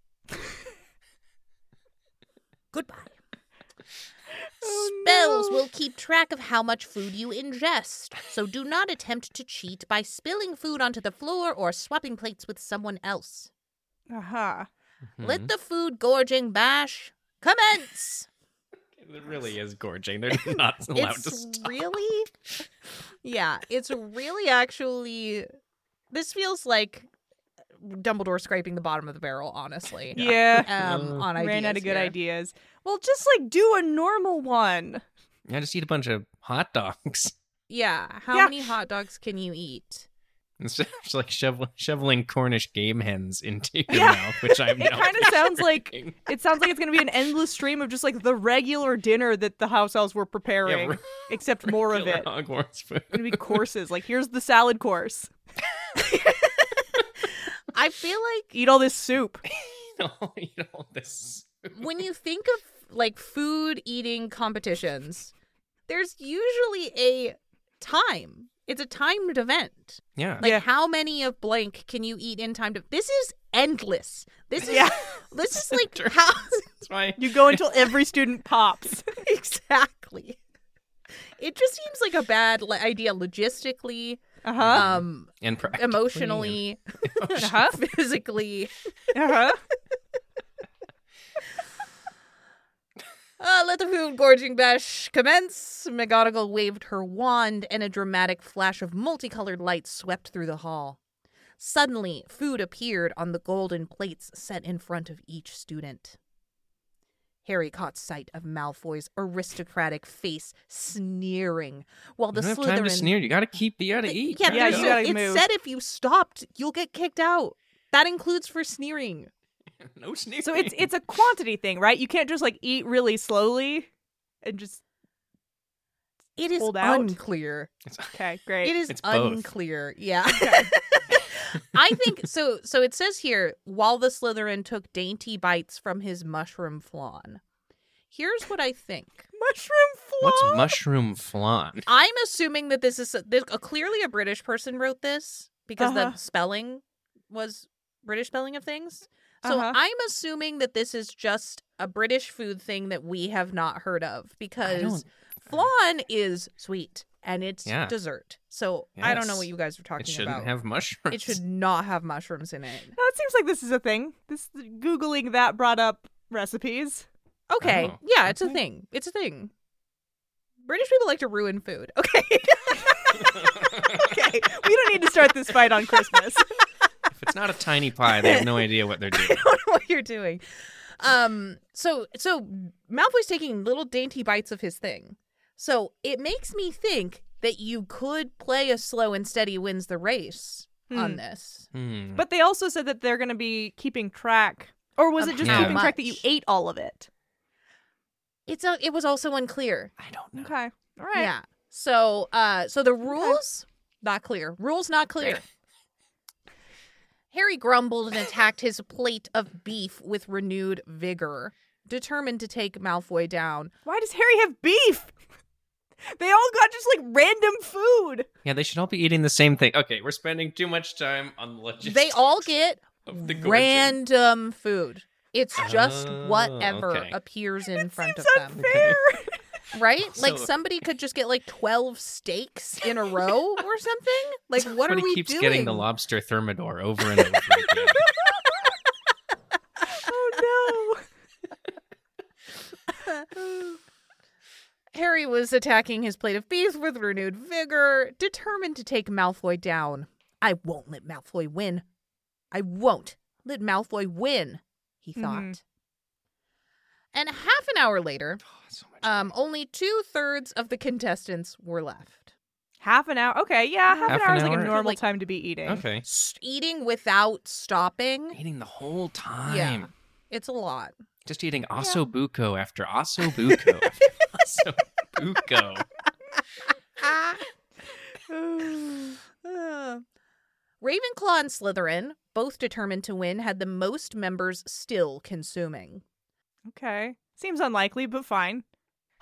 Speaker 3: *laughs* Goodbye.
Speaker 2: Oh,
Speaker 3: Spells
Speaker 2: no.
Speaker 3: will keep track of how much food you ingest, so do not attempt to cheat by spilling food onto the floor or swapping plates with someone else.
Speaker 2: Uh-huh.
Speaker 1: Mm-hmm.
Speaker 3: Let the food gorging bash commence.
Speaker 1: Mm-hmm. It really is gorging.
Speaker 2: *laughs*
Speaker 1: They're not *laughs* allowed to
Speaker 3: it's
Speaker 1: stop. *laughs*
Speaker 3: really, yeah, it's really actually. This feels like Dumbledore scraping the bottom of the barrel, honestly.
Speaker 2: Yeah.
Speaker 3: Um, on ideas
Speaker 2: Ran out of good
Speaker 3: here.
Speaker 2: ideas. Well, just like do a normal one.
Speaker 1: I just eat a bunch of hot dogs. *laughs*
Speaker 3: Yeah. How
Speaker 2: Yeah.
Speaker 3: many hot dogs can you eat?
Speaker 1: Instead of like shovel- shoveling Cornish game hens into your
Speaker 2: Yeah.
Speaker 1: mouth, which I'm
Speaker 2: *laughs* It
Speaker 1: now
Speaker 2: kind of sounds like *laughs*
Speaker 1: doing.
Speaker 2: it sounds like it's going to be an endless stream of just like the regular dinner that the house elves were
Speaker 1: Yeah, *laughs*
Speaker 2: preparing,
Speaker 1: re-
Speaker 2: except more of
Speaker 1: regular
Speaker 2: it.
Speaker 1: Hogwarts food. *laughs*
Speaker 2: It's going to be courses. Like here's the salad course.
Speaker 3: I feel like
Speaker 2: Eat all this soup.
Speaker 1: No, you know this.
Speaker 3: when you think of like food eating competitions, there's usually a time. It's a timed event.
Speaker 1: Yeah.
Speaker 3: Like
Speaker 2: Yeah.
Speaker 3: how many of blank can you eat in time to This is endless. This is
Speaker 2: Yeah.
Speaker 3: *laughs* this is like how *laughs*
Speaker 1: That's why
Speaker 2: You go until every student *laughs* pops.
Speaker 3: exactly. It just seems like a bad li- idea logistically,
Speaker 2: Uh huh.
Speaker 3: um
Speaker 1: and practically Oh, and- *laughs*
Speaker 3: emotionally,
Speaker 2: *laughs* Uh-huh.
Speaker 3: *laughs* physically.
Speaker 2: Uh huh.
Speaker 3: Uh, let the food gorging bash commence. McGonagall waved her wand, and a dramatic flash of multicolored light swept through the hall. Suddenly, food appeared on the golden plates set in front of each student. Harry caught sight of Malfoy's aristocratic face sneering, while the
Speaker 1: you don't have time to
Speaker 3: Slytherin.
Speaker 1: sneer. You got to keep. You got to eat.
Speaker 3: Yeah,
Speaker 1: right?
Speaker 2: Yeah,
Speaker 3: there's
Speaker 2: you
Speaker 3: no-
Speaker 2: gotta
Speaker 3: it
Speaker 2: move.
Speaker 3: said if you stopped, you'll get kicked out. That includes for sneering.
Speaker 1: *laughs* no sneering.
Speaker 2: So it's it's a quantity thing, right? You can't just like eat really slowly and just
Speaker 3: It is
Speaker 2: Hold out?
Speaker 3: unclear.
Speaker 2: okay, great.
Speaker 3: It is
Speaker 1: It's both.
Speaker 3: unclear. Yeah. I think *laughs* so. So it says here while the Slytherin took dainty bites from his mushroom flan. Here's what I think.
Speaker 2: *laughs* mushroom
Speaker 1: What's
Speaker 2: flan.
Speaker 1: mushroom flan?
Speaker 3: I'm assuming that this is this, uh, clearly a British person wrote this because
Speaker 2: Uh-huh.
Speaker 3: the spelling was British spelling of things. So
Speaker 2: Uh-huh.
Speaker 3: I'm assuming that this is just a British food thing that we have not heard of because
Speaker 1: don't-
Speaker 3: flan is sweet and it's
Speaker 1: Yeah.
Speaker 3: dessert. So I don't know
Speaker 1: Yes.
Speaker 3: what you guys are talking
Speaker 1: It shouldn't
Speaker 3: about.
Speaker 1: have mushrooms. *laughs*
Speaker 3: it should not have mushrooms in it.
Speaker 2: No, it seems like this is a thing. This googling that brought up recipes.
Speaker 3: Okay.
Speaker 1: Oh,
Speaker 3: yeah, it's a
Speaker 1: okay.
Speaker 3: thing. It's a thing. British people like to ruin food. *laughs* Okay.
Speaker 2: *laughs* Okay, *laughs* we don't need to start this fight on Christmas. *laughs*
Speaker 1: If it's not a tiny pie, they have
Speaker 3: *laughs*
Speaker 1: no idea what they're
Speaker 3: I
Speaker 1: doing.
Speaker 3: don't know what you're doing. Um so so Malfoy's taking little dainty bites of his thing. So it makes me think that you could play a slow and steady wins the race on
Speaker 2: Hmm.
Speaker 3: this.
Speaker 1: Hmm.
Speaker 2: But they also said that they're going to be keeping track, or was
Speaker 3: Of
Speaker 2: it just
Speaker 1: how
Speaker 2: keeping track that you
Speaker 3: much?
Speaker 2: ate all of it?
Speaker 3: It's a, it was also unclear.
Speaker 1: I don't know.
Speaker 2: Okay, all right.
Speaker 3: Yeah. So uh so the rules not clear. Rules not clear. Harry grumbled and attacked his plate of beef with renewed vigor, determined to take Malfoy down.
Speaker 2: Why does Harry have beef? *laughs* They all got just like random food.
Speaker 1: Yeah, they should all be eating the same thing. Okay, we're spending too much time on the logistics.
Speaker 3: They all get
Speaker 1: of the gorging.
Speaker 3: random food. It's just
Speaker 1: Oh,
Speaker 3: whatever
Speaker 1: okay.
Speaker 3: appears in front of
Speaker 2: It's
Speaker 3: them.
Speaker 2: unfair. *laughs*
Speaker 3: Right? like
Speaker 1: So-
Speaker 3: somebody could just get like 12 steaks in a row or something. Like what are
Speaker 1: Somebody
Speaker 3: we
Speaker 1: keeps
Speaker 3: doing?
Speaker 1: getting the lobster thermidor over and over
Speaker 3: *laughs*
Speaker 1: again.
Speaker 2: oh no.
Speaker 3: Harry was attacking his plate of beef with renewed vigor, determined to take Malfoy down. I won't let Malfoy win. I won't let Malfoy win, he
Speaker 2: Mhm.
Speaker 3: thought. And half an hour later,
Speaker 1: Oh, so much
Speaker 3: um, only two thirds of the contestants were left.
Speaker 2: Half an hour. Okay, yeah, half,
Speaker 1: Half
Speaker 2: an hour
Speaker 1: an
Speaker 2: is like a
Speaker 1: hour.
Speaker 2: normal
Speaker 3: Like-
Speaker 2: time to be eating.
Speaker 1: Okay.
Speaker 3: S- eating without stopping,
Speaker 1: Eating the whole time.
Speaker 3: Yeah. it's a lot.
Speaker 1: Just eating ossobuco
Speaker 3: *laughs*
Speaker 1: after ossobuco after ossobuco.
Speaker 3: Ah. Uh. Ravenclaw and Slytherin, both determined to win, had the most members still consuming.
Speaker 2: Okay. Seems unlikely, but fine.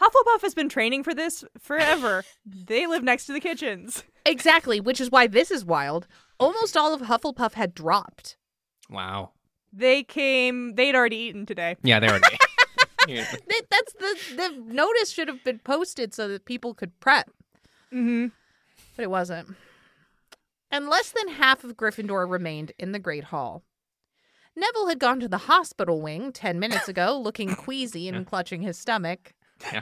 Speaker 2: Hufflepuff has been training for this forever.
Speaker 3: *laughs*
Speaker 2: they live next to the kitchens.
Speaker 3: Exactly, which is why this is wild. Almost all of Hufflepuff had dropped.
Speaker 1: Wow.
Speaker 2: They came, they'd already eaten today.
Speaker 1: Yeah, they already. Yeah.
Speaker 3: That, that's the the notice should have been posted so that people could prep,
Speaker 1: Mm-hmm.
Speaker 2: Mm
Speaker 3: but it wasn't. And less than half of Gryffindor remained in the Great Hall. Neville had gone to the hospital wing 10
Speaker 1: *coughs*
Speaker 3: minutes ago, looking queasy and clutching his stomach.
Speaker 1: Yeah.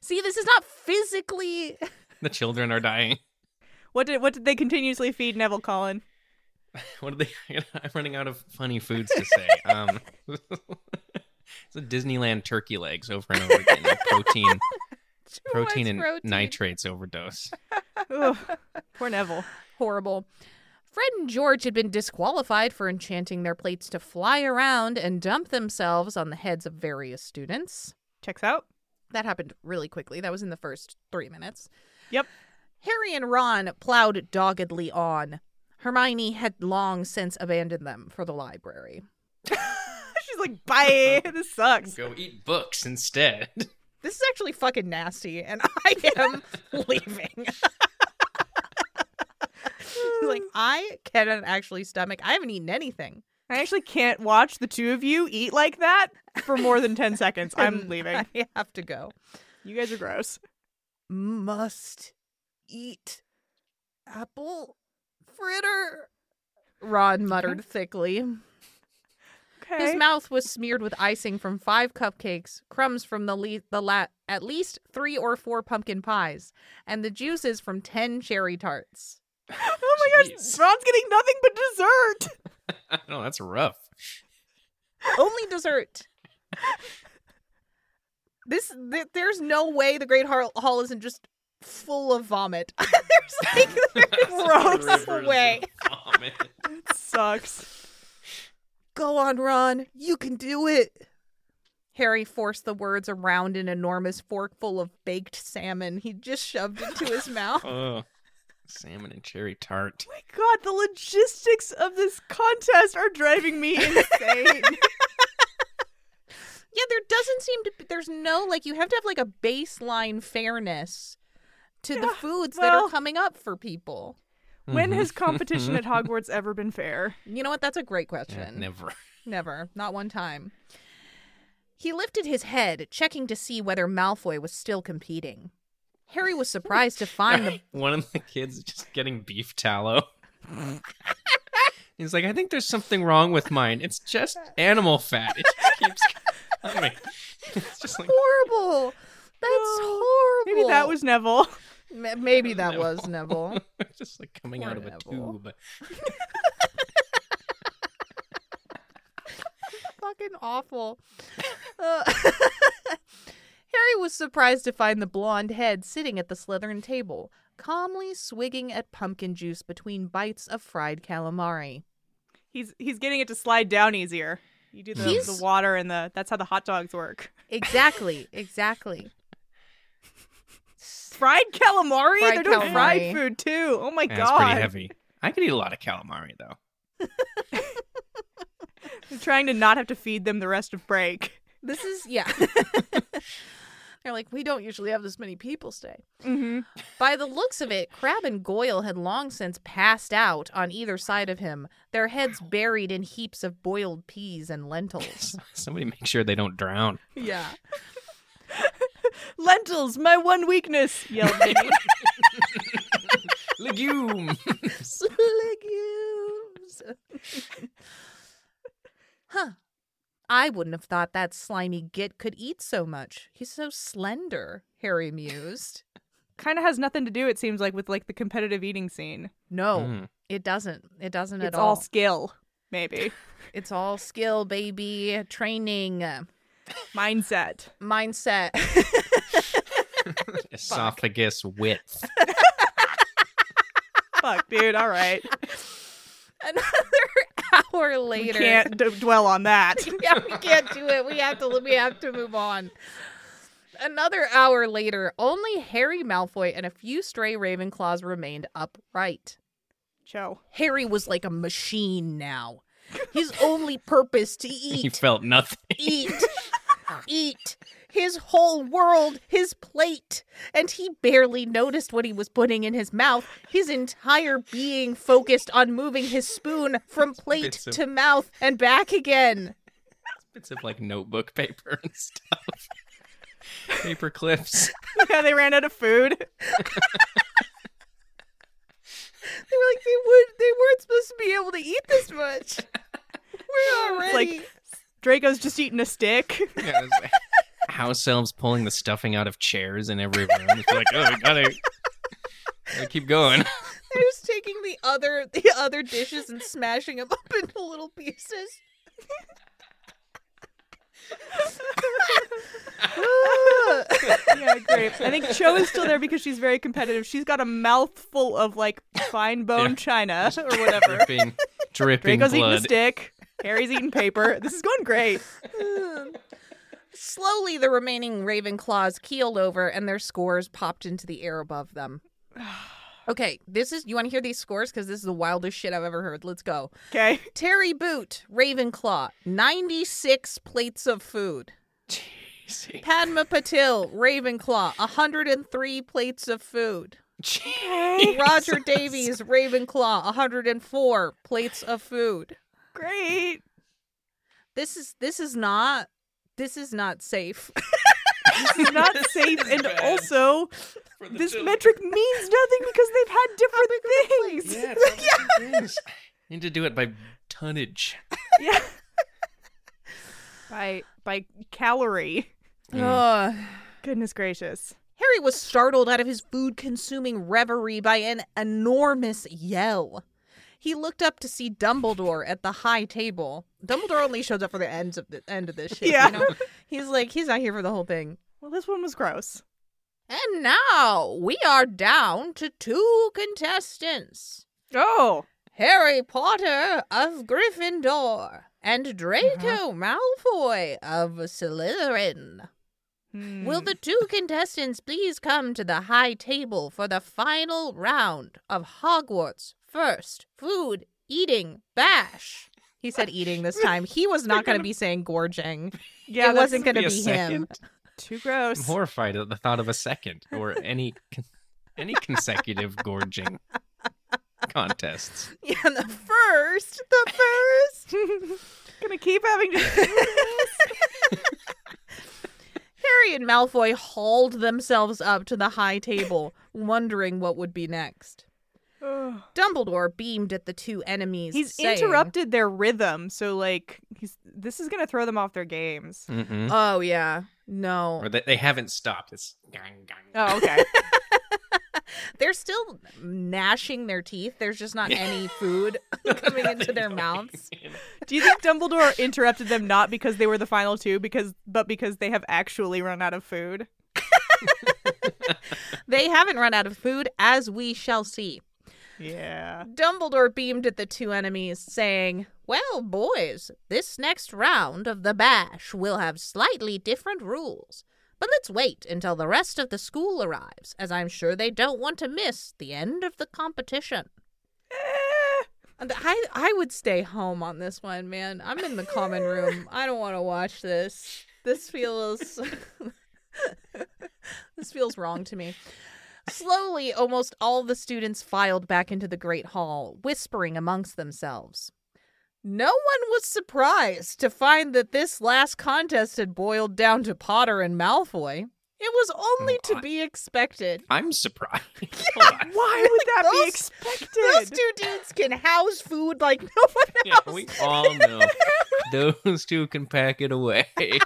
Speaker 3: See, this is not physically *laughs*
Speaker 1: the children are dying.
Speaker 3: *laughs*
Speaker 2: What did what did they continuously feed Neville Colin?
Speaker 1: What are they? *laughs* I'm running out of funny foods to say. Um, *laughs* it's a Disneyland turkey legs over and over again. *laughs* and Protein, protein, and
Speaker 3: protein.
Speaker 1: nitrates overdose.
Speaker 2: Ugh. Poor Neville.
Speaker 3: Horrible. Fred and George had been disqualified for enchanting their plates to fly around and dump themselves on the heads of various students.
Speaker 2: Checks
Speaker 3: *laughs*
Speaker 2: out. *laughs*
Speaker 3: That happened really quickly. That was in the first three minutes.
Speaker 2: Yep.
Speaker 3: Harry and Ron plowed doggedly on. Hermione had long since abandoned them for the library.
Speaker 2: She's like, bye. This
Speaker 1: *laughs*
Speaker 2: sucks.
Speaker 1: Go eat books instead. *laughs*
Speaker 3: This is actually fucking nasty, and *laughs* I am leaving. *laughs* like, I cannot actually stomach. I haven't eaten anything.
Speaker 2: I actually can't watch the two of you eat like that for more than 10 seconds. I'm *laughs*
Speaker 3: and
Speaker 2: leaving.
Speaker 3: I have to go.
Speaker 2: You guys are gross.
Speaker 3: Must eat apple fritter. Ron muttered thickly.
Speaker 2: Okay.
Speaker 3: His mouth was smeared with icing from five cupcakes, crumbs from the le- the la- at least three or four pumpkin pies, and the juices from ten cherry tarts.
Speaker 2: *laughs* oh my gosh,
Speaker 1: Jeez.
Speaker 2: Ron's getting nothing but dessert.
Speaker 1: oh, that's rough.
Speaker 3: Only dessert. This th- there's no way the Great Hall, Hall isn't just full of vomit. *laughs* there's like there's
Speaker 1: *laughs* Rivers
Speaker 3: no
Speaker 1: of
Speaker 3: way.
Speaker 1: vomit.
Speaker 2: *laughs* It sucks.
Speaker 3: Go on, Ron. You can do it. Harry forced the words around an enormous forkful of baked salmon he just shoved into *laughs* his mouth.
Speaker 1: Ugh. Oh, salmon and cherry tart.
Speaker 2: Oh my god, the logistics of this contest are driving *laughs* me insane.
Speaker 3: Yeah, there doesn't seem to be, there's no like you have to have like a baseline fairness to the
Speaker 2: Yeah,
Speaker 3: foods that
Speaker 2: well-
Speaker 3: are coming up for people.
Speaker 2: when
Speaker 1: Mhm.
Speaker 2: has competition at Hogwarts ever been fair?
Speaker 3: You know what? That's a great
Speaker 1: Yeah,
Speaker 3: question.
Speaker 1: never.
Speaker 3: Never. Not one time. He lifted his head, checking to see whether Malfoy was still competing. Harry was surprised *laughs* to find the
Speaker 1: One of the kids is just getting beef tallow. He's like, I think there's something wrong with mine. It's just animal fat. It just keeps coming. *laughs* It's just like
Speaker 3: horrible. That's
Speaker 2: No.
Speaker 3: horrible.
Speaker 2: Maybe that was Neville.
Speaker 3: M- maybe that was Neville.
Speaker 1: it's *laughs* just like coming out of a
Speaker 3: Horrible.
Speaker 1: tube.
Speaker 3: Fucking awful. Uh, *laughs* Harry was surprised to find the blonde head sitting at the Slytherin table, calmly swigging at pumpkin juice between bites of fried calamari.
Speaker 2: *laughs* He's he's getting it to slide down easier. You do the,
Speaker 3: He's-
Speaker 2: the water and the that's how the hot dogs work.
Speaker 3: Exactly, exactly.
Speaker 2: Fried calamari?
Speaker 3: Fried
Speaker 2: They're doing
Speaker 3: calamari.
Speaker 2: fried food too. Oh my
Speaker 1: That's
Speaker 2: god.
Speaker 1: pretty heavy. I could eat a lot of calamari though. *laughs*
Speaker 2: I'm trying to not have to feed them the rest of break.
Speaker 3: This is yeah. They're like, we don't usually have this many people stay.
Speaker 2: Mm-hmm.
Speaker 3: By the looks of it, Crab and Goyle had long since passed out on either side of him, their heads buried in heaps of boiled peas and lentils.
Speaker 1: Somebody make sure they don't drown.
Speaker 3: yeah.
Speaker 2: Lentils, my one weakness, yelled Minnie.
Speaker 1: *laughs* Legume.
Speaker 3: *laughs* Legumes. *laughs* huh. I wouldn't have thought that slimy git could eat so much. He's so slender, Harry mused.
Speaker 2: kind of has nothing to do it seems like with like the competitive eating scene
Speaker 3: No,
Speaker 1: Mm.
Speaker 3: it doesn't. It doesn't
Speaker 2: Hmm. it's
Speaker 3: at
Speaker 2: all
Speaker 3: all.
Speaker 2: skill maybe
Speaker 3: It's all skill, baby. Training, uh,
Speaker 2: mindset *laughs*
Speaker 3: mindset. *laughs*
Speaker 1: Esophagus *laughs* width.
Speaker 2: fuck dude all right
Speaker 3: Another hour
Speaker 2: we
Speaker 3: later.
Speaker 2: can't d- dwell on that
Speaker 3: *laughs* yeah, we can't do it. We have to. We have to move on. Another hour later, only Harry Malfoy and a few stray Ravenclaws remained upright.
Speaker 2: cho
Speaker 3: Harry was like a machine now. His only purpose to
Speaker 1: He
Speaker 3: eat,
Speaker 1: felt nothing. *laughs*
Speaker 3: eat, eat. His whole world, his plate, and he barely noticed what he was putting in his mouth. His entire being focused on moving his spoon from plate
Speaker 1: Bits of-
Speaker 3: to mouth and back again.
Speaker 1: Bits of like notebook paper and stuff. *laughs* paper clips.
Speaker 2: yeah they ran out of food
Speaker 3: They were like, they would, they weren't supposed to be able to eat this much. *laughs* We're
Speaker 2: It's
Speaker 3: already.
Speaker 2: like draco's just eating a stick
Speaker 1: Yeah, it was like house elves pulling the stuffing out of chairs in every room. It's like, oh, we gotta, gotta keep going.
Speaker 3: They're just taking the other the other dishes and smashing them up *laughs* into little pieces.
Speaker 2: yeah, great. I think Cho is still there because she's very competitive. She's got a mouthful of like fine bone
Speaker 1: Yeah. *laughs*
Speaker 2: china or whatever.
Speaker 1: dripping, dripping
Speaker 2: Draco's eating a
Speaker 1: blood.
Speaker 2: stick. Harry's eating paper. This is going great.
Speaker 3: Slowly, the remaining Ravenclaws keeled over and their scores popped into the air above *sighs* them. Okay, this is. You want to hear these scores? Because this is the wildest shit I've ever heard. Let's go.
Speaker 2: Okay.
Speaker 3: Terry Boot, Ravenclaw, 96 plates of food.
Speaker 1: Jeez.
Speaker 3: Padma Patil, Ravenclaw, 103 plates of food.
Speaker 1: Jeez.
Speaker 3: *laughs* Roger Davies, Ravenclaw, 104 plates of food.
Speaker 2: Great.
Speaker 3: This is this is not this is not safe. *laughs*
Speaker 1: *laughs*
Speaker 2: It's not
Speaker 1: This
Speaker 2: safe.
Speaker 1: is
Speaker 2: And
Speaker 1: bad.
Speaker 2: also,
Speaker 1: For the
Speaker 2: this
Speaker 1: children.
Speaker 2: metric means nothing because they've had different things.
Speaker 1: Yeah, it's all different things. Need to do it by tonnage.
Speaker 2: *laughs* Yeah. by by calorie.
Speaker 3: Ugh.
Speaker 2: Goodness gracious.
Speaker 3: *sighs* Harry was startled out of his food consuming reverie by an enormous yell. He looked up to see Dumbledore at the high table. Dumbledore only shows up for the ends of the end of this shit.
Speaker 2: Yeah.
Speaker 3: You know? He's like, he's not here for the whole thing.
Speaker 2: Well, this one was gross.
Speaker 3: And now we are down to two contestants.
Speaker 2: Oh.
Speaker 3: Harry Potter of Gryffindor and Draco Malfoy of Slytherin.
Speaker 2: Hmm.
Speaker 3: Will the two contestants please come to the high table for the final round of Hogwarts first food eating bash? He said eating *laughs* this time. He was not going to be saying *laughs* gorging.
Speaker 2: yeah,
Speaker 3: it
Speaker 2: that's
Speaker 3: wasn't going to
Speaker 1: be a
Speaker 3: be, him.
Speaker 2: too
Speaker 1: I'm
Speaker 2: gross.
Speaker 1: horrified at the thought of a second or any con- any consecutive gorging contests.
Speaker 3: *laughs* Yeah, the first, the first.
Speaker 2: *laughs* gonna keep having to
Speaker 3: *laughs*
Speaker 2: *laughs*
Speaker 3: Harry and Malfoy hauled themselves up to the high table, wondering what would be next.
Speaker 2: Ugh.
Speaker 3: Dumbledore beamed at the two enemies.
Speaker 2: He's
Speaker 3: saying,
Speaker 2: interrupted their rhythm, so like he's this is gonna throw them off their games.
Speaker 1: Mm-mm.
Speaker 3: Oh yeah, no.
Speaker 1: Or that they haven't stopped. It's gang gang.
Speaker 2: Oh, okay.
Speaker 3: They're still gnashing their teeth. There's just not any food coming into their mouths.
Speaker 2: Do you think Dumbledore interrupted them not because they were the final two, because but because they have actually run out of food?
Speaker 3: They haven't run out of food, as we shall see.
Speaker 2: Yeah.
Speaker 3: Dumbledore beamed at the two enemies, saying, Well, boys, this next round of the bash will have slightly different rules. But let's wait until the rest of the school arrives, as I'm sure they don't want to miss the end of the competition. *laughs* And I, I would stay home on this one, man. I'm in the common room. I don't want to watch this. This feels. *laughs* this feels wrong to me. Slowly, almost all the students filed back into the Great Hall, whispering amongst themselves. No one was surprised to find that this last contest had boiled down to Potter and Malfoy. It was only to be expected.
Speaker 1: I'm surprised. *laughs* Hold on.
Speaker 2: Why would that be
Speaker 3: Those- Those
Speaker 2: expected?
Speaker 3: two dudes can house food like no one else.
Speaker 1: Yeah, we all know those two can pack it away.
Speaker 3: *laughs*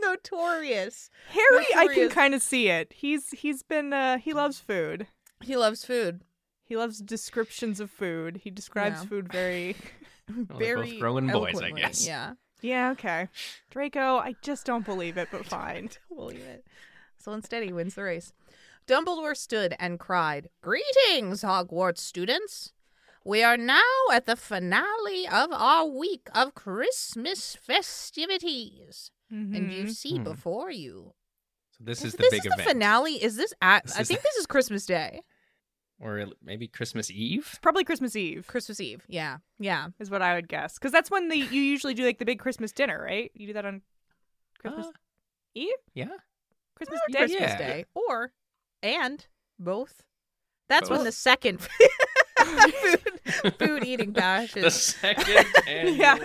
Speaker 3: Notorious.
Speaker 2: Harry, I can
Speaker 3: Notorious.
Speaker 2: kind of see it. He's he's been uh he loves food.
Speaker 3: He loves food.
Speaker 2: He loves descriptions of food. He describes
Speaker 3: Yeah.
Speaker 2: food
Speaker 3: *laughs*
Speaker 2: very
Speaker 1: Well, they're both growing boys, I
Speaker 3: eloquently.
Speaker 1: guess.
Speaker 3: Yeah.
Speaker 2: Yeah, okay. Draco, I just don't believe
Speaker 3: *laughs*
Speaker 2: it, but fine.
Speaker 3: Believe it. So instead, he wins the race. Dumbledore stood and cried, Greetings, Hogwarts students. We are now at the finale of our week of Christmas festivities.
Speaker 2: Mm-hmm.
Speaker 3: And you see
Speaker 1: Mhm.
Speaker 3: before you.
Speaker 1: So this is the
Speaker 3: this
Speaker 1: big
Speaker 3: is
Speaker 1: event,
Speaker 3: the finale. Is this at,
Speaker 1: This
Speaker 3: I
Speaker 1: is
Speaker 3: think
Speaker 1: the-
Speaker 3: this is Christmas Day.
Speaker 1: or maybe Christmas Eve.
Speaker 2: Probably Christmas Eve
Speaker 3: Christmas Eve. Yeah. Yeah.
Speaker 2: is what I would guess. Because that's when the, you usually do like the big Christmas dinner, right? You do that on Christmas
Speaker 1: Uh,
Speaker 2: Eve?
Speaker 1: yeah.
Speaker 2: Christmas
Speaker 3: Or
Speaker 2: Day?
Speaker 3: Christmas
Speaker 1: yeah.
Speaker 3: Day. Or, and, both. That's when
Speaker 1: Both.
Speaker 3: the second *laughs*
Speaker 1: *laughs*
Speaker 3: food, food eating bash
Speaker 1: The
Speaker 3: is.
Speaker 1: second annual.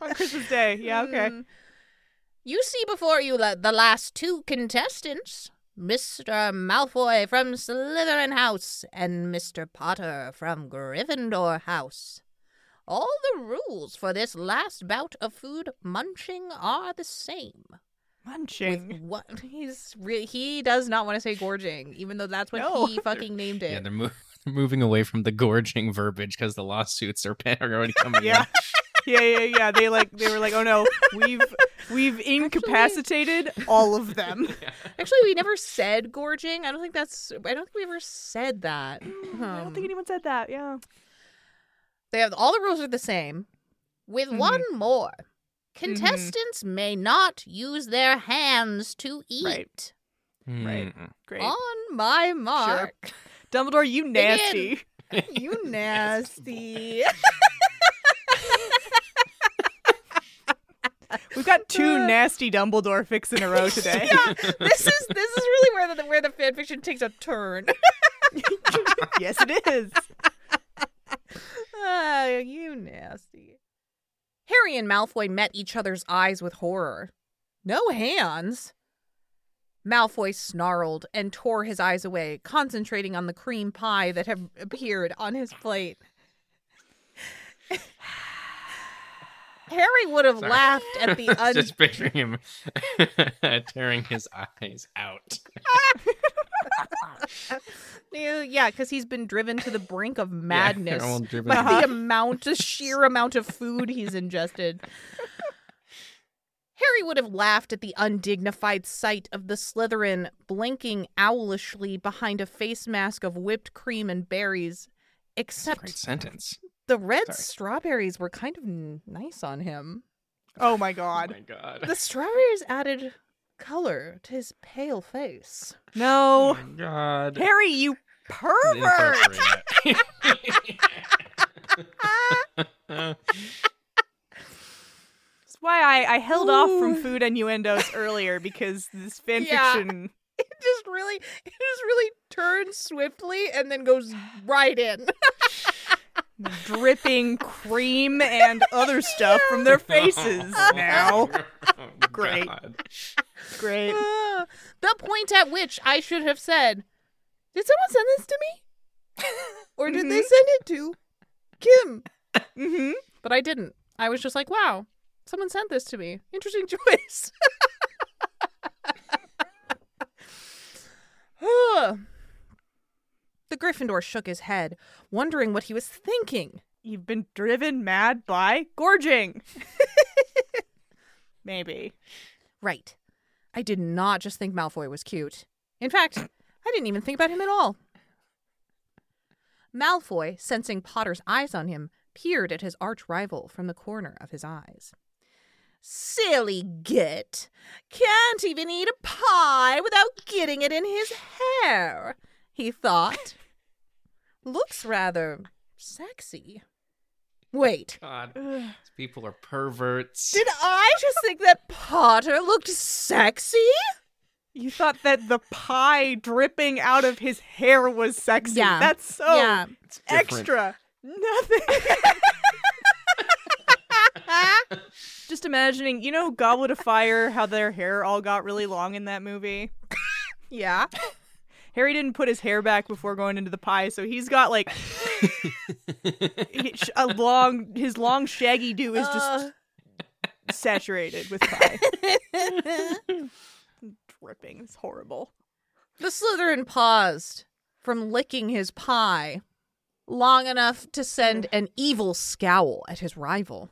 Speaker 2: On Christmas Day.
Speaker 3: *laughs*
Speaker 2: Yeah, okay.
Speaker 3: Mm. You see before you la- the last two contestants, Mr. Malfoy from Slytherin House and Mr. Potter from Gryffindor House. All the rules for this last bout of food munching are the same. With
Speaker 2: Munching.
Speaker 3: *laughs* what he's re- he does not want to say gorging, even though that's what
Speaker 2: No. *laughs*
Speaker 3: he fucking named it.
Speaker 1: Yeah, they're, mo- *laughs* moving away from the gorging verbiage because the lawsuits are, *laughs* pa- are already coming.
Speaker 2: *laughs* Yeah.
Speaker 1: *laughs*
Speaker 2: Yeah, yeah, yeah. They like they were like, "Oh no, we've we've
Speaker 3: *laughs*
Speaker 2: incapacitated all of them."
Speaker 3: Actually, we never said gorging. I don't think that's. I don't think we ever said that.
Speaker 2: Mm, I don't
Speaker 3: Um,
Speaker 2: think anyone said that. Yeah.
Speaker 3: They have all the rules are the same, with
Speaker 2: Mhm.
Speaker 3: one more.
Speaker 2: Mm-hmm.
Speaker 3: Contestants may not use their hands to eat.
Speaker 2: Right.
Speaker 1: In.
Speaker 2: Right. Great.
Speaker 3: On my mark,
Speaker 2: *laughs* Dumbledore, you nasty.
Speaker 3: you
Speaker 2: *laughs*
Speaker 3: nasty. *laughs*
Speaker 2: We've got
Speaker 3: *laughs*
Speaker 2: two nasty Dumbledore fix in a row today.
Speaker 3: this is this is really where the where the fanfiction takes a turn.
Speaker 2: *laughs* yes, it is.
Speaker 3: Ah, you nasty. Harry and Malfoy met each other's eyes with horror. No hands. Malfoy snarled and tore his eyes away, concentrating on the cream pie that had appeared on his plate. *sighs* Harry would have
Speaker 1: Sorry.
Speaker 3: laughed
Speaker 1: *laughs*
Speaker 3: at the un-
Speaker 1: Just picturing him *laughs* tearing his eyes out.
Speaker 3: yeah, because he's been driven to the brink of madness.
Speaker 1: Yeah, *laughs* all
Speaker 3: *laughs*
Speaker 1: driven-
Speaker 3: by
Speaker 2: Uh-huh.
Speaker 3: the amount, the sheer amount of food he's ingested. Harry would have laughed at the undignified sight of the Slytherin blinking owlishly behind a face mask of whipped cream and berries,
Speaker 1: Great
Speaker 3: except
Speaker 1: sentence.
Speaker 3: the red
Speaker 1: Sorry.
Speaker 3: strawberries were kind of n- nice on him.
Speaker 2: Oh my
Speaker 1: Oh
Speaker 2: god.
Speaker 3: *laughs*
Speaker 1: my god.
Speaker 3: The strawberries added color to his pale face.
Speaker 1: oh
Speaker 2: No.
Speaker 1: my god.
Speaker 2: Harry, you pervert.
Speaker 3: *laughs*
Speaker 1: Inappropriate.
Speaker 2: That's why I, I held off from
Speaker 3: Ooh.
Speaker 2: food innuendos earlier because this fanfiction.
Speaker 3: Yeah. It just really, it just really turns swiftly and then goes right in.
Speaker 2: dripping cream and
Speaker 3: *laughs*
Speaker 2: other stuff from
Speaker 1: *laughs*
Speaker 2: their faces now.
Speaker 1: Oh,
Speaker 2: Great.
Speaker 1: God.
Speaker 2: Great.
Speaker 3: Ah, *laughs* the point at which I should have said, "Did someone send this to me?" *laughs* or did they send it to Kim?
Speaker 2: Mm-hmm.
Speaker 3: But I didn't. I was just like, "Wow, someone sent this to me. Interesting *laughs* choice." *sighs* Ah. the Gryffindor shook his head, wondering what he was thinking.
Speaker 2: You've been driven mad by
Speaker 3: *laughs*
Speaker 2: gorging. Maybe.
Speaker 3: Right. I did not just think Malfoy was cute. In fact, I didn't even think about him at all. Malfoy, sensing Potter's eyes on him, peered at his arch rival from the corner of his eyes. Silly git! Can't even eat a pie without getting it in his hair, he thought. Looks rather sexy. Wait, *sighs*
Speaker 1: God.
Speaker 2: Ugh.
Speaker 1: These people are perverts.
Speaker 3: did I just think that Potter looked sexy?
Speaker 2: You thought that the pie dripping out of his hair was sexy.
Speaker 3: Yeah.
Speaker 2: That's so
Speaker 3: yeah.
Speaker 1: It's different.
Speaker 2: extra. Nothing. *laughs* Just imagining, you know, Goblet of Fire, how their hair all got really long in that movie?
Speaker 3: Yeah.
Speaker 2: *laughs* Harry didn't put his hair back before going into the pie, so he's got like he- sh- a long his long shaggy do is
Speaker 3: Uh,
Speaker 2: just saturated with *laughs* pie. Dripping. It's horrible.
Speaker 3: the Slytherin paused from licking his pie long enough to send
Speaker 2: Mm.
Speaker 3: an evil scowl at
Speaker 2: *sighs*
Speaker 3: his rival.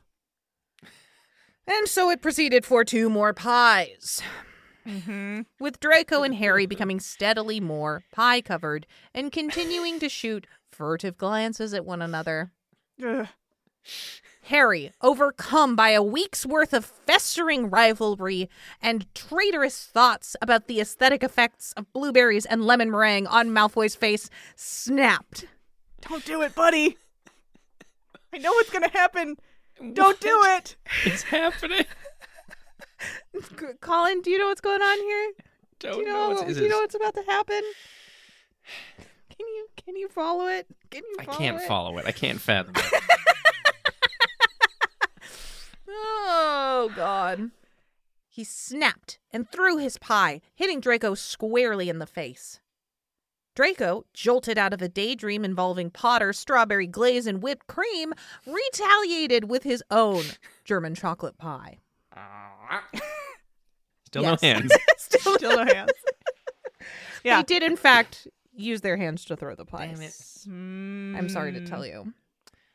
Speaker 3: And so it proceeded for two more pies,
Speaker 2: Mm-hmm.
Speaker 3: with Draco and Harry becoming steadily more pie covered and continuing to shoot furtive glances at one another.
Speaker 2: Ugh.
Speaker 3: Harry, overcome by a week's worth of festering rivalry and traitorous thoughts about the aesthetic effects of blueberries and lemon meringue on Malfoy's face, snapped.
Speaker 2: Don't do it, buddy. I know what's gonna happen. Don't do it.
Speaker 1: It's happening.
Speaker 3: C- Colin, do you know what's going on here?
Speaker 1: Don't
Speaker 3: Do you
Speaker 1: know.
Speaker 3: know,
Speaker 1: what's- is
Speaker 3: do you
Speaker 1: this-
Speaker 3: know what's about to happen? Can you can you follow it? Can you
Speaker 1: I
Speaker 3: follow
Speaker 1: can't
Speaker 3: it?
Speaker 1: follow it. I can't fathom it.
Speaker 3: Oh, God. He snapped and threw his pie, hitting Draco squarely in the face. Draco, jolted out of a daydream involving Potter, strawberry glaze, and whipped cream, retaliated with his own German chocolate pie.
Speaker 1: Still
Speaker 3: Yes.
Speaker 1: no hands.
Speaker 3: Still, *laughs*
Speaker 2: Still no hands. Yeah.
Speaker 3: They did, in fact, use their hands to throw the pies.
Speaker 1: Damn it.
Speaker 3: *laughs* I'm sorry to tell you.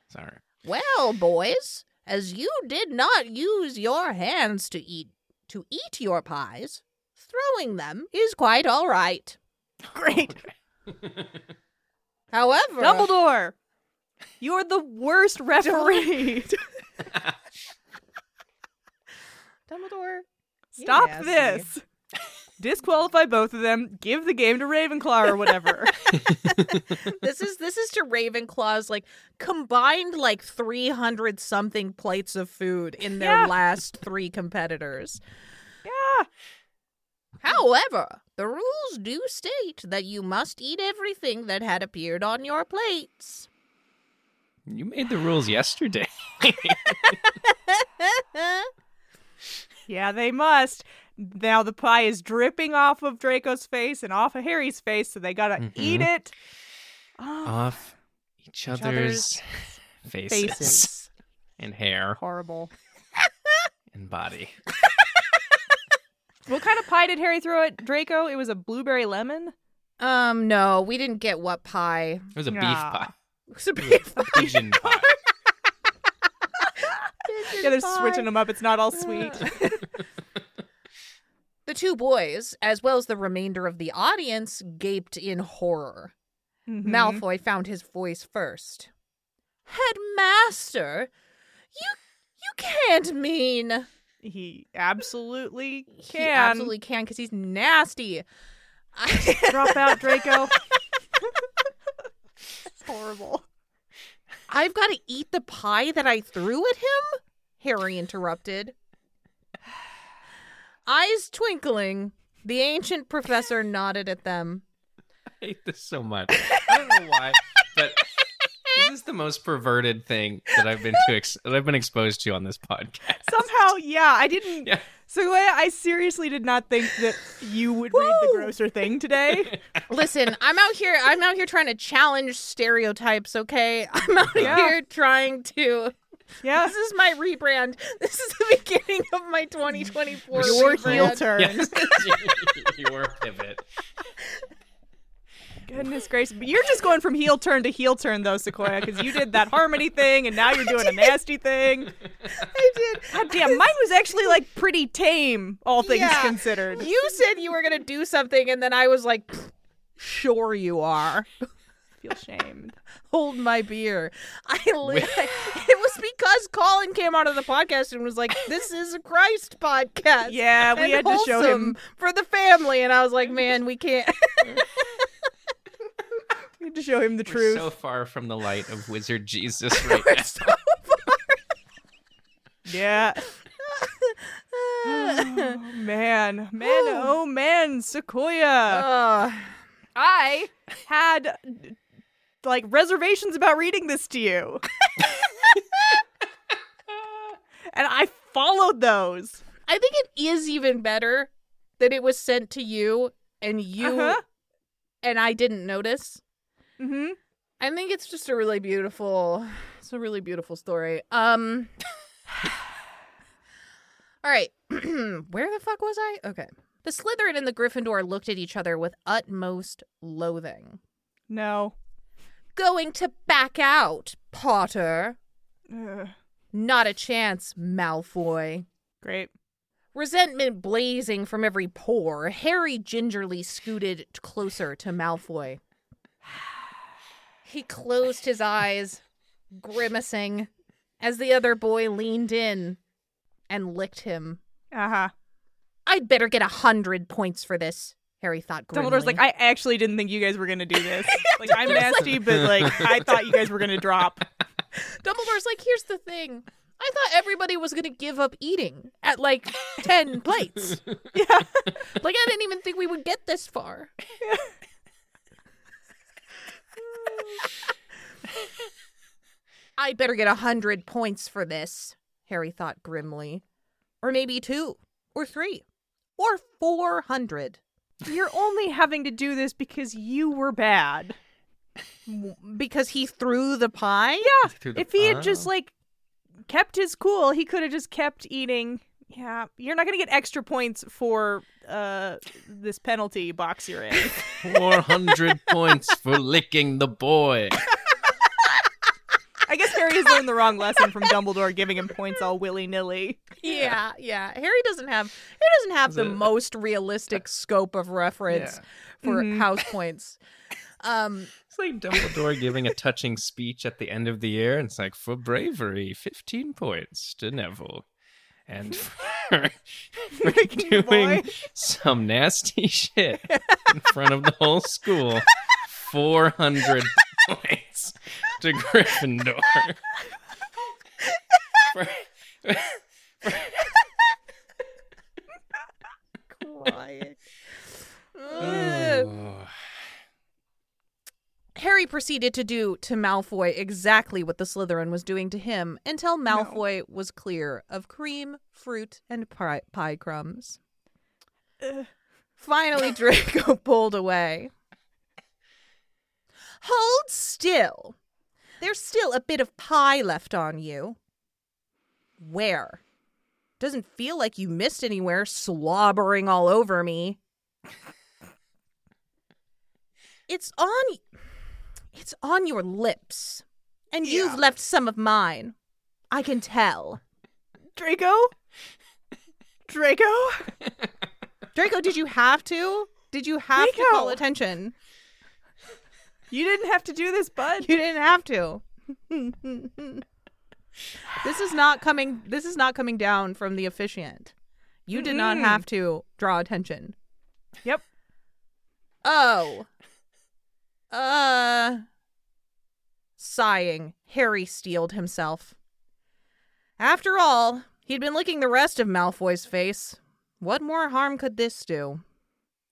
Speaker 1: Sorry.
Speaker 3: Well, boys, as you did not use your hands to eat to eat your pies, throwing them is quite all right.
Speaker 2: *laughs*
Speaker 3: *laughs*
Speaker 2: Great.
Speaker 3: However,
Speaker 2: Dumbledore, you're the worst
Speaker 3: *laughs*
Speaker 2: referee.
Speaker 3: Dumbledore,
Speaker 2: *laughs* Stop
Speaker 3: nasty.
Speaker 2: this. Disqualify both of them. Give the game to Ravenclaw or
Speaker 3: *laughs*
Speaker 2: whatever.
Speaker 3: this is this is to Ravenclaw's like combined like 300 something plates of food in their
Speaker 2: Yeah.
Speaker 3: last 3 competitors.
Speaker 2: yeah.
Speaker 3: However, the rules do state that you must eat everything that had appeared on your *laughs* plates.
Speaker 1: You made the rules yesterday.
Speaker 2: Yeah, they must. Now the pie is dripping off of Draco's face and off of Harry's face, so they gotta
Speaker 3: Mm-hmm.
Speaker 2: eat it.
Speaker 3: Ah,
Speaker 2: Oh,
Speaker 3: Uh,
Speaker 1: *sighs* Off each *laughs* other's, faces,
Speaker 3: Faces.
Speaker 1: and hair
Speaker 2: horrible.
Speaker 1: and body.
Speaker 2: What kind of pie did Harry throw at Draco? It was a blueberry lemon?
Speaker 3: Um, no, we didn't get
Speaker 2: *laughs*
Speaker 3: what pie.
Speaker 1: It was a beef
Speaker 2: Nah.
Speaker 1: pie.
Speaker 3: It was a
Speaker 1: *laughs*
Speaker 3: beef pie.
Speaker 1: Pigeon pie.
Speaker 2: Yeah, they're switching them up. It's not all sweet.
Speaker 3: *laughs* The two boys, as well as the remainder of the audience, gaped in horror.
Speaker 2: Mhm.
Speaker 3: Malfoy found his voice first. Headmaster, you you can't mean
Speaker 2: He absolutely *laughs* can.
Speaker 3: he absolutely can because he's nasty.
Speaker 2: *laughs*
Speaker 3: I,
Speaker 2: Drop out, Draco. it's horrible.
Speaker 3: I've got to eat the pie that I threw at him. Harry interrupted. Eyes twinkling, the ancient professor nodded at them.
Speaker 1: I hate this so much. I don't know why, *laughs* but this is the most perverted thing that I've been to ex- that I've been exposed to on this podcast.
Speaker 2: *laughs* Somehow, yeah, I didn't.
Speaker 1: Yeah.
Speaker 2: So Leia, I seriously did not think that you would read the grosser thing today.
Speaker 3: Listen, I'm out here. I'm out here trying to challenge stereotypes. Okay, I'm out
Speaker 2: Yeah.
Speaker 3: here trying to.
Speaker 2: Yeah,
Speaker 3: This is my rebrand. This is the beginning of my 2024
Speaker 2: your heel
Speaker 3: rebrand.
Speaker 2: turn.
Speaker 1: *laughs* Yes. Your pivot.
Speaker 2: *laughs* Goodness gracious, but you're just going from heel turn to heel turn though, Sequoia, because you did that harmony thing, and now you're doing a nasty *laughs* thing.
Speaker 3: I did.
Speaker 2: God damn, mine was actually like pretty tame, all things
Speaker 3: Yeah.
Speaker 2: considered.
Speaker 3: You said you were gonna do something, and then I was like, "Pfft, "Sure, you are."
Speaker 2: I feel shamed.
Speaker 3: Hold my beer.
Speaker 2: *laughs*
Speaker 3: I li- it was because Colin came out of the podcast and was like, "This is a Christ podcast."
Speaker 2: Yeah, we
Speaker 3: and
Speaker 2: had to show him.
Speaker 3: wholesome for the family, and I was like, "Man,
Speaker 2: *laughs*
Speaker 3: we can't." *laughs*
Speaker 2: We had to show him the
Speaker 1: We're *laughs*
Speaker 2: truth.
Speaker 1: so far from the light of *laughs* Wizard Jesus right now.
Speaker 2: *laughs* Yeah. oh, man, man, oh man, Sequoia.
Speaker 3: Ugh.
Speaker 2: I had like reservations about reading this to *laughs* you. and I followed those.
Speaker 3: I think it is even better that it was sent to you and you
Speaker 2: Uh-huh.
Speaker 3: and I didn't notice.
Speaker 2: hmm
Speaker 3: I think it's just a really beautiful it's a really beautiful story. Um *sighs* All right. *clears throat* Where the fuck was I? Okay. The Slytherin and the Gryffindor looked at each other with utmost loathing.
Speaker 2: No.
Speaker 3: Going to back out, Potter.
Speaker 2: Ugh.
Speaker 3: Not a chance, Malfoy.
Speaker 2: Great.
Speaker 3: Resentment blazing from every pore, Harry gingerly scooted t- closer to Malfoy. He closed his eyes, grimacing, as the other boy leaned in and licked him.
Speaker 2: Uh huh.
Speaker 3: I'd better get a hundred points for this, Harry thought grimly.
Speaker 2: Dumbledore's like, I actually didn't think you guys were gonna do *laughs* this. Like, I'm nasty, but like, I thought you guys were gonna drop.
Speaker 3: Dumbledore's like, here's the thing. I thought everybody was gonna give up eating at like ten plates. Yeah. like I didn't even think we would get this far. *laughs* I'd better get a hundred points for this, Harry thought grimly. Or maybe two. Or three. Or four hundred.
Speaker 2: *laughs* You're only having to do this because you were bad.
Speaker 3: Because he threw the pie?
Speaker 2: Yeah.
Speaker 1: Through the-
Speaker 2: If he had just
Speaker 1: Oh.
Speaker 2: like kept his cool, he could have just kept eating Yeah, you're not going to get extra points for uh, this penalty box you're in.
Speaker 1: *laughs* 400 oh, points for licking the boy.
Speaker 2: I guess Harry has learned the wrong lesson from Dumbledore giving him points all willy nilly.
Speaker 3: Yeah, yeah. Harry doesn't have Harry doesn't have the uh,
Speaker 1: it-
Speaker 3: most realistic scope of reference
Speaker 1: Yeah.
Speaker 3: for
Speaker 2: Mhm.
Speaker 3: house *laughs* points. Um,
Speaker 1: It's like Dumbledore giving a touching speech at the end of the year, and it's like for bravery, fifteen points to Neville, and *laughs* for, for
Speaker 2: the
Speaker 1: doing
Speaker 2: boy.
Speaker 1: some nasty shit in front of the whole school, four hundred points to Gryffindor. For-
Speaker 3: quiet. Ugh.
Speaker 1: Oh,
Speaker 3: Harry proceeded to do to Malfoy exactly what the Slytherin was doing to him until Malfoy was clear of cream, fruit, and pie, pie crumbs.
Speaker 2: Ugh.
Speaker 3: Finally, Draco pulled away. Hold still. There's still a bit of pie left on you. Where? Doesn't feel like you missed anywhere slobbering all over me. It's on it's on your lips. And you've left some of mine. I can tell.
Speaker 2: Draco? Draco?
Speaker 3: Draco, did you have to? Did you have to
Speaker 2: Draco!
Speaker 3: call attention?
Speaker 2: You didn't have to do this, bud.
Speaker 3: *laughs* You didn't have to. this is not coming this is not coming down from the officiant. You did not
Speaker 2: Mm-mm.
Speaker 3: have to draw attention.
Speaker 2: Yep.
Speaker 3: Oh. Uh. Sighing, Harry steeled himself. After all, he'd been licking the rest of Malfoy's face. What more harm could this do?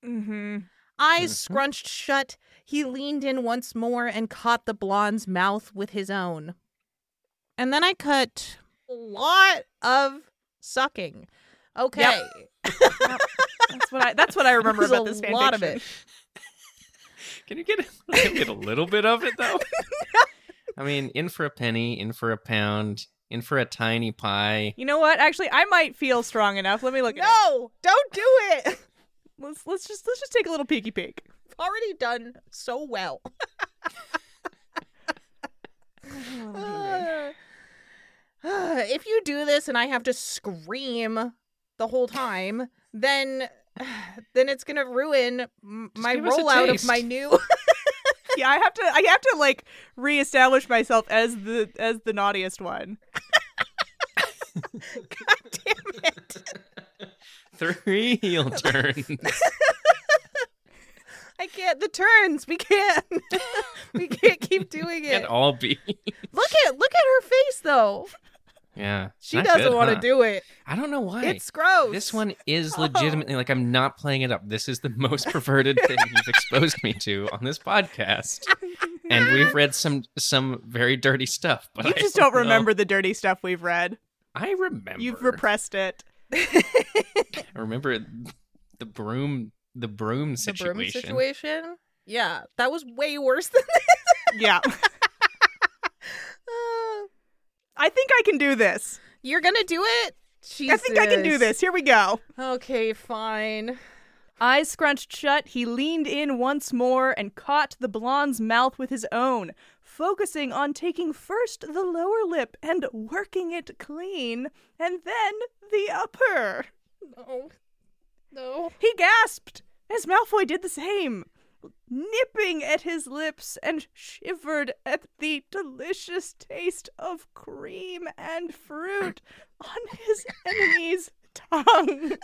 Speaker 2: Mm-hmm.
Speaker 3: Eyes scrunched shut, he leaned in once more and caught the blonde's mouth with his own. And then I cut a lot of sucking. Okay.
Speaker 2: That's what I. That's
Speaker 3: *laughs*
Speaker 2: what I remember
Speaker 3: There's
Speaker 2: about
Speaker 3: a
Speaker 2: this fan
Speaker 3: lot of
Speaker 2: fiction.
Speaker 3: it.
Speaker 1: can you get a, can you get a little bit of it though? I mean, in for a penny, in for a pound, in for a tiny pie.
Speaker 2: You know what? Actually, I might feel strong enough. Let me look. At it.
Speaker 3: No, don't do it.
Speaker 2: Let's let's just let's just take a little peeky peek.
Speaker 3: Already done so well. *laughs*
Speaker 1: Oh,
Speaker 3: Uh, *sighs* if you do this and I have to scream the whole time, then *sighs* then it's gonna ruin m- my
Speaker 1: give us a
Speaker 3: rollout of
Speaker 1: taste.
Speaker 3: my new. *laughs*
Speaker 2: yeah, I have to. I have to like reestablish myself as the as the naughtiest one.
Speaker 3: God damn it!
Speaker 1: Three heel turns. *laughs*
Speaker 3: I can't. The turns. We can't. *laughs* we
Speaker 1: *laughs*
Speaker 3: can't keep doing
Speaker 1: Can't
Speaker 3: it.
Speaker 1: all be.
Speaker 3: Look at look at her face though.
Speaker 1: Yeah.
Speaker 3: She doesn't want to do it.
Speaker 1: I don't know why.
Speaker 3: It's gross.
Speaker 1: this
Speaker 3: *laughs*
Speaker 1: one is
Speaker 3: Oh.
Speaker 1: legitimately like I'm not playing it up. This is the most perverted thing you've exposed me to on this podcast. And we've read some some very dirty stuff, but
Speaker 2: You
Speaker 1: I
Speaker 2: just don't
Speaker 1: know.
Speaker 2: remember the dirty stuff we've read.
Speaker 1: I remember.
Speaker 2: You've repressed it.
Speaker 1: I remember the broom the broom
Speaker 3: the
Speaker 1: situation.
Speaker 3: broom situation. Yeah, that was way worse than *laughs* this.
Speaker 2: Yeah, *laughs*
Speaker 3: Uh,
Speaker 2: I think I can do this.
Speaker 3: you're gonna do it. Jesus.
Speaker 2: I think I can do this. Here we go.
Speaker 3: Okay, fine.
Speaker 2: Eyes scrunched shut, he leaned in once more and caught the blonde's mouth with his own, focusing on taking first the lower lip and working it clean, and then the upper.
Speaker 3: No, no.
Speaker 2: He gasped as Malfoy did the same, nipping at his lips and shivered at the delicious taste of cream and fruit on his enemy's tongue. *laughs*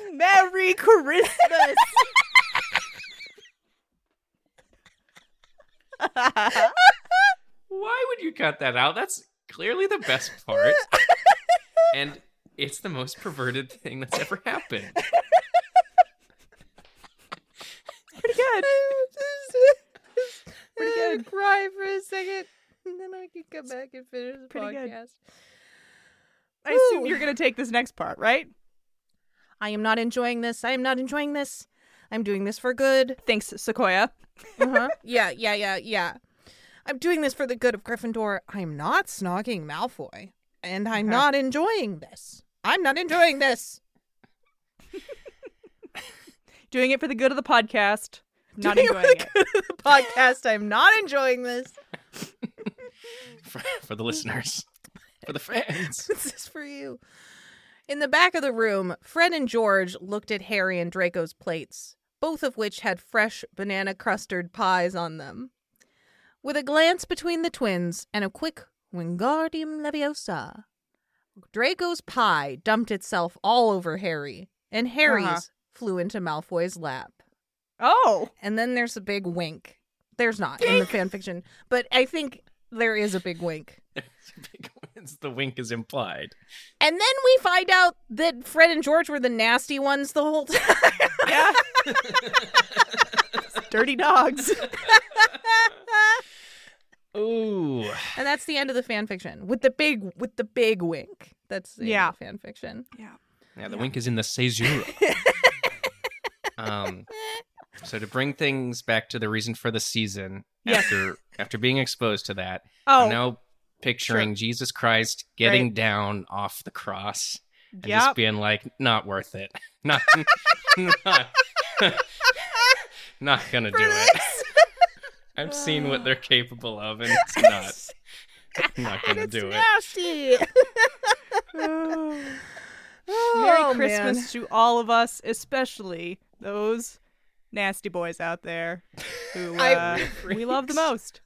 Speaker 2: A Merry Christmas! *laughs*
Speaker 1: Why would you cut that out? That's clearly the best part. and it's the most perverted thing that's ever happened.
Speaker 2: Pretty good.
Speaker 3: Pretty good. *laughs* Cry for a second, and then I can come back and finish the
Speaker 2: Pretty good.
Speaker 3: podcast.
Speaker 2: I assume
Speaker 3: Ooh.
Speaker 2: you're going to take this next part, right?
Speaker 3: I am not enjoying this. I am not enjoying this. I'm doing this for good.
Speaker 2: Thanks, Sequoia.
Speaker 3: *laughs* Uh-huh. yeah, yeah, yeah, yeah. I'm doing this for the good of Gryffindor. I'm not snogging Malfoy, and I'm
Speaker 2: Uh-huh.
Speaker 3: not enjoying this. I'm not
Speaker 2: *laughs*
Speaker 3: enjoying this.
Speaker 2: Doing it for the good of the podcast. Not
Speaker 3: Doing
Speaker 2: enjoying
Speaker 3: for
Speaker 2: it.
Speaker 3: the good of the podcast. I'm not enjoying this.
Speaker 1: for, for the listeners, for the fans.
Speaker 3: *laughs* this is for you. In the back of the room, Fred and George looked at Harry and Draco's plates, both of which had fresh banana custard pies on them. With a glance between the twins and a quick Wingardium Leviosa, Draco's pie dumped itself all over Harry, and Harry's
Speaker 2: Uh-huh.
Speaker 3: flew into Malfoy's lap.
Speaker 2: Oh,
Speaker 3: And then there's a big wink. There's not in the fanfiction, but I think there is a big wink.
Speaker 1: It's a big one. It's- the wink is implied.
Speaker 3: And then we find out that Fred and George were the nasty ones the whole *laughs* time.
Speaker 2: yeah.
Speaker 3: *laughs*
Speaker 2: Dirty dogs.
Speaker 1: Ooh,
Speaker 3: and that's the end of the fan fiction with the big with the big wink. That's the
Speaker 2: Yeah.
Speaker 3: end of the fan fiction.
Speaker 1: yeah, the wink is in the caesura. um, so to bring things back to the reason for the season,
Speaker 2: Yes.
Speaker 1: after after being exposed to that,
Speaker 2: Oh,
Speaker 1: I'm now picturing Jesus Christ getting down off the cross and just
Speaker 2: Oh, yep.
Speaker 1: being like, "Not worth it. *laughs* Not, not, not gonna do it. *laughs* I've seen what they're capable of, and it's
Speaker 3: *sighs*
Speaker 1: not. I'm not gonna
Speaker 3: it's
Speaker 1: do it."
Speaker 3: *laughs* nasty. Oh,
Speaker 2: Merry
Speaker 3: man.
Speaker 2: Christmas to all of us, especially those nasty boys out there who
Speaker 3: *laughs* I-
Speaker 2: uh, we love the most.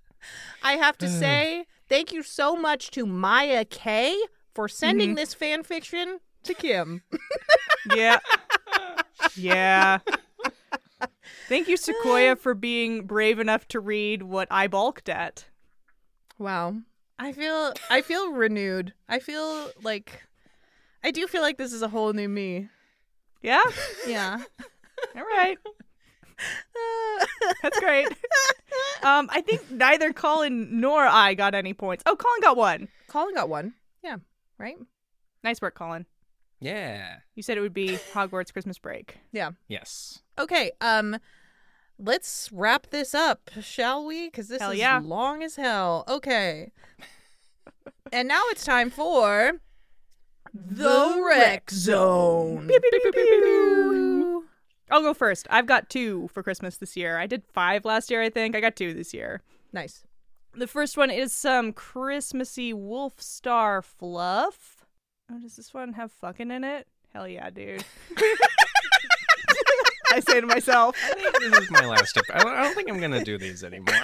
Speaker 3: I have
Speaker 1: *sighs*
Speaker 3: to say thank you so much to Maya K for sending this fan fiction to Kim.
Speaker 2: Yeah. Yeah. Thank you,
Speaker 3: *laughs*
Speaker 2: Sequoia, for being brave enough to read what I balked at.
Speaker 3: *laughs* Wow. I feel I feel renewed. I feel like I do feel like this is a whole new me.
Speaker 2: Yeah?
Speaker 3: Yeah. *laughs*
Speaker 2: All right. That's great. Um, I think neither Colin nor I got any points. Oh, Colin got one.
Speaker 3: Colin got one. Yeah. Right?
Speaker 2: Nice work, Colin.
Speaker 1: Yeah.
Speaker 2: You said it would be Hogwarts Christmas break.
Speaker 1: Yes.
Speaker 3: Okay. Um let's wrap this up, shall we? Cuz this
Speaker 2: Hell
Speaker 3: is
Speaker 2: yeah.
Speaker 3: long as hell. Okay. and now it's time for the rec zone.
Speaker 2: I'll go first. I've got two for Christmas this year. I did five last year, I think. I got two this year.
Speaker 3: Nice.
Speaker 2: The first one is some Christmassy wolf star fluff. Oh, does this one have fucking in it? Hell yeah, dude. *laughs* I say to myself.
Speaker 1: I think this is my last step. I don't, I don't think I'm gonna do these anymore.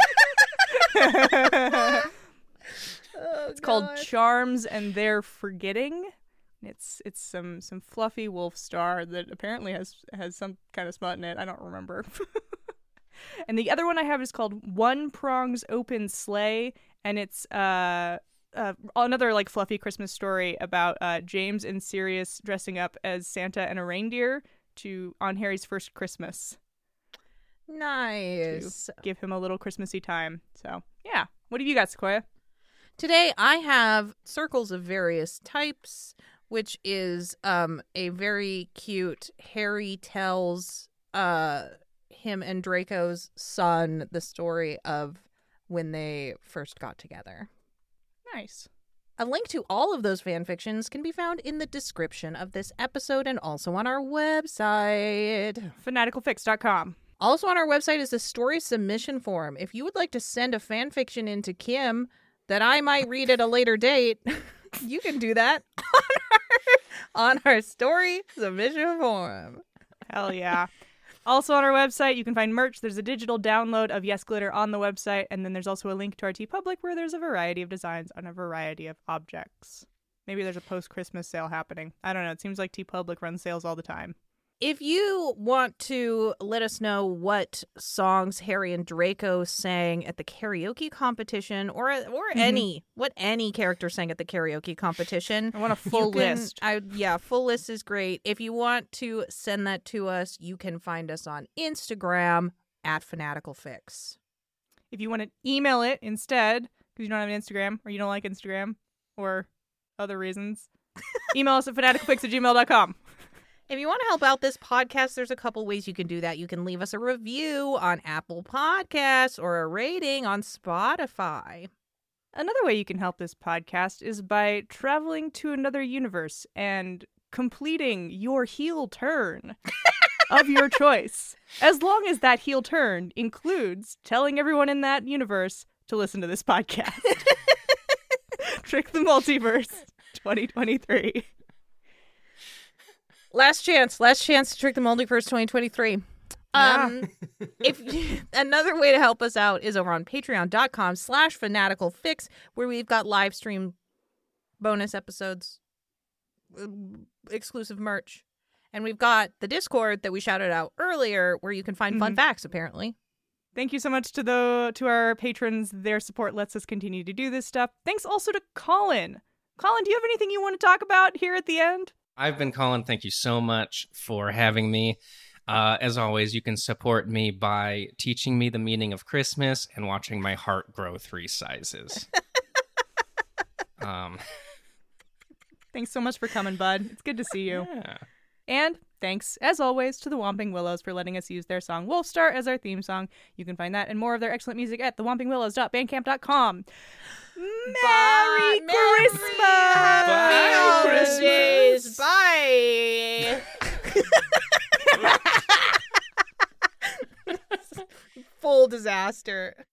Speaker 2: it's
Speaker 3: Oh,
Speaker 2: called
Speaker 3: God.
Speaker 2: Charms and They're Forgetting. It's it's some some fluffy wolf star that apparently has has some kind of smut in it. I don't remember. *laughs* and the other one I have is called One Prongs Open Sleigh, and it's uh, uh another like fluffy Christmas story about uh James and Sirius dressing up as Santa and a reindeer to on Harry's first Christmas,
Speaker 3: Nice.
Speaker 2: give him a little Christmassy time. So yeah, what have you got, Sequoia?
Speaker 3: Today I have circles of various types, which is um a very cute Harry tells uh him and Draco's son the story of when they first got together.
Speaker 2: Nice.
Speaker 3: A link to all of those fan fictions can be found in the description of this episode and also on our website.
Speaker 2: Fanaticalfix.com.
Speaker 3: Also on our website is a story submission form. If you would like to send a fan fiction in to Kim that I might read at a later date, *laughs* you can do that *laughs* on our, on our story submission form.
Speaker 2: Hell yeah. also on our website, you can find merch. There's a digital download of Yes Glitter on the website, and then there's also a link to our T Public where there's a variety of designs on a variety of objects. Maybe there's a post Christmas sale happening. I don't know. It seems like T Public runs sales all the time.
Speaker 3: If you want to let us know what songs Harry and Draco sang at the karaoke competition or or any what any character sang at the karaoke competition,
Speaker 2: I want a
Speaker 3: you
Speaker 2: full
Speaker 3: can-
Speaker 2: list.
Speaker 3: I, yeah, full list is great. If you want to send that to us, you can find us on Instagram at Fanatical Fix.
Speaker 2: If you want to email it instead, because you don't have an Instagram or you don't like
Speaker 3: *laughs*
Speaker 2: Instagram or other reasons, email us at fanaticalfix at gmail.com.
Speaker 3: If you want to help out this podcast, there's a couple ways you can do that. You can leave us a review on Apple Podcasts or a rating on Spotify.
Speaker 2: Another way you can help this podcast is by traveling to another universe and completing your heel turn of your choice. As long as that heel turn includes telling everyone in that universe to listen to this podcast. Trick the Multiverse 2023.
Speaker 3: Last chance, last chance to trick the multiverse 2023. Um, if *laughs* another way to help us out is over on patreon.com slash fanatical fix, where we've got live stream bonus episodes, um, exclusive merch, and we've got the Discord that we shouted out earlier, where you can find fun
Speaker 2: Mhm.
Speaker 3: facts apparently.
Speaker 2: Thank you so much to the to our patrons. Their support lets us continue to do this stuff. Thanks also to Colin. Colin, do you have anything you want to talk about here at the end?
Speaker 1: I've been Colin. Thank you so much for having me. Uh, as always, you can support me by teaching me the meaning of Christmas and watching my heart grow three sizes. um,
Speaker 2: Thanks so much for coming, bud. It's good to see you.
Speaker 1: yeah.
Speaker 2: And thanks, as always, to the Whomping Willows for letting us use their song Wolf Star as our theme song. You can find that and more of their excellent music at thewompingwillows.bandcamp.com. Merry
Speaker 3: Bye.
Speaker 2: Christmas!
Speaker 1: Bye,
Speaker 3: holidays. Bye. Full disaster.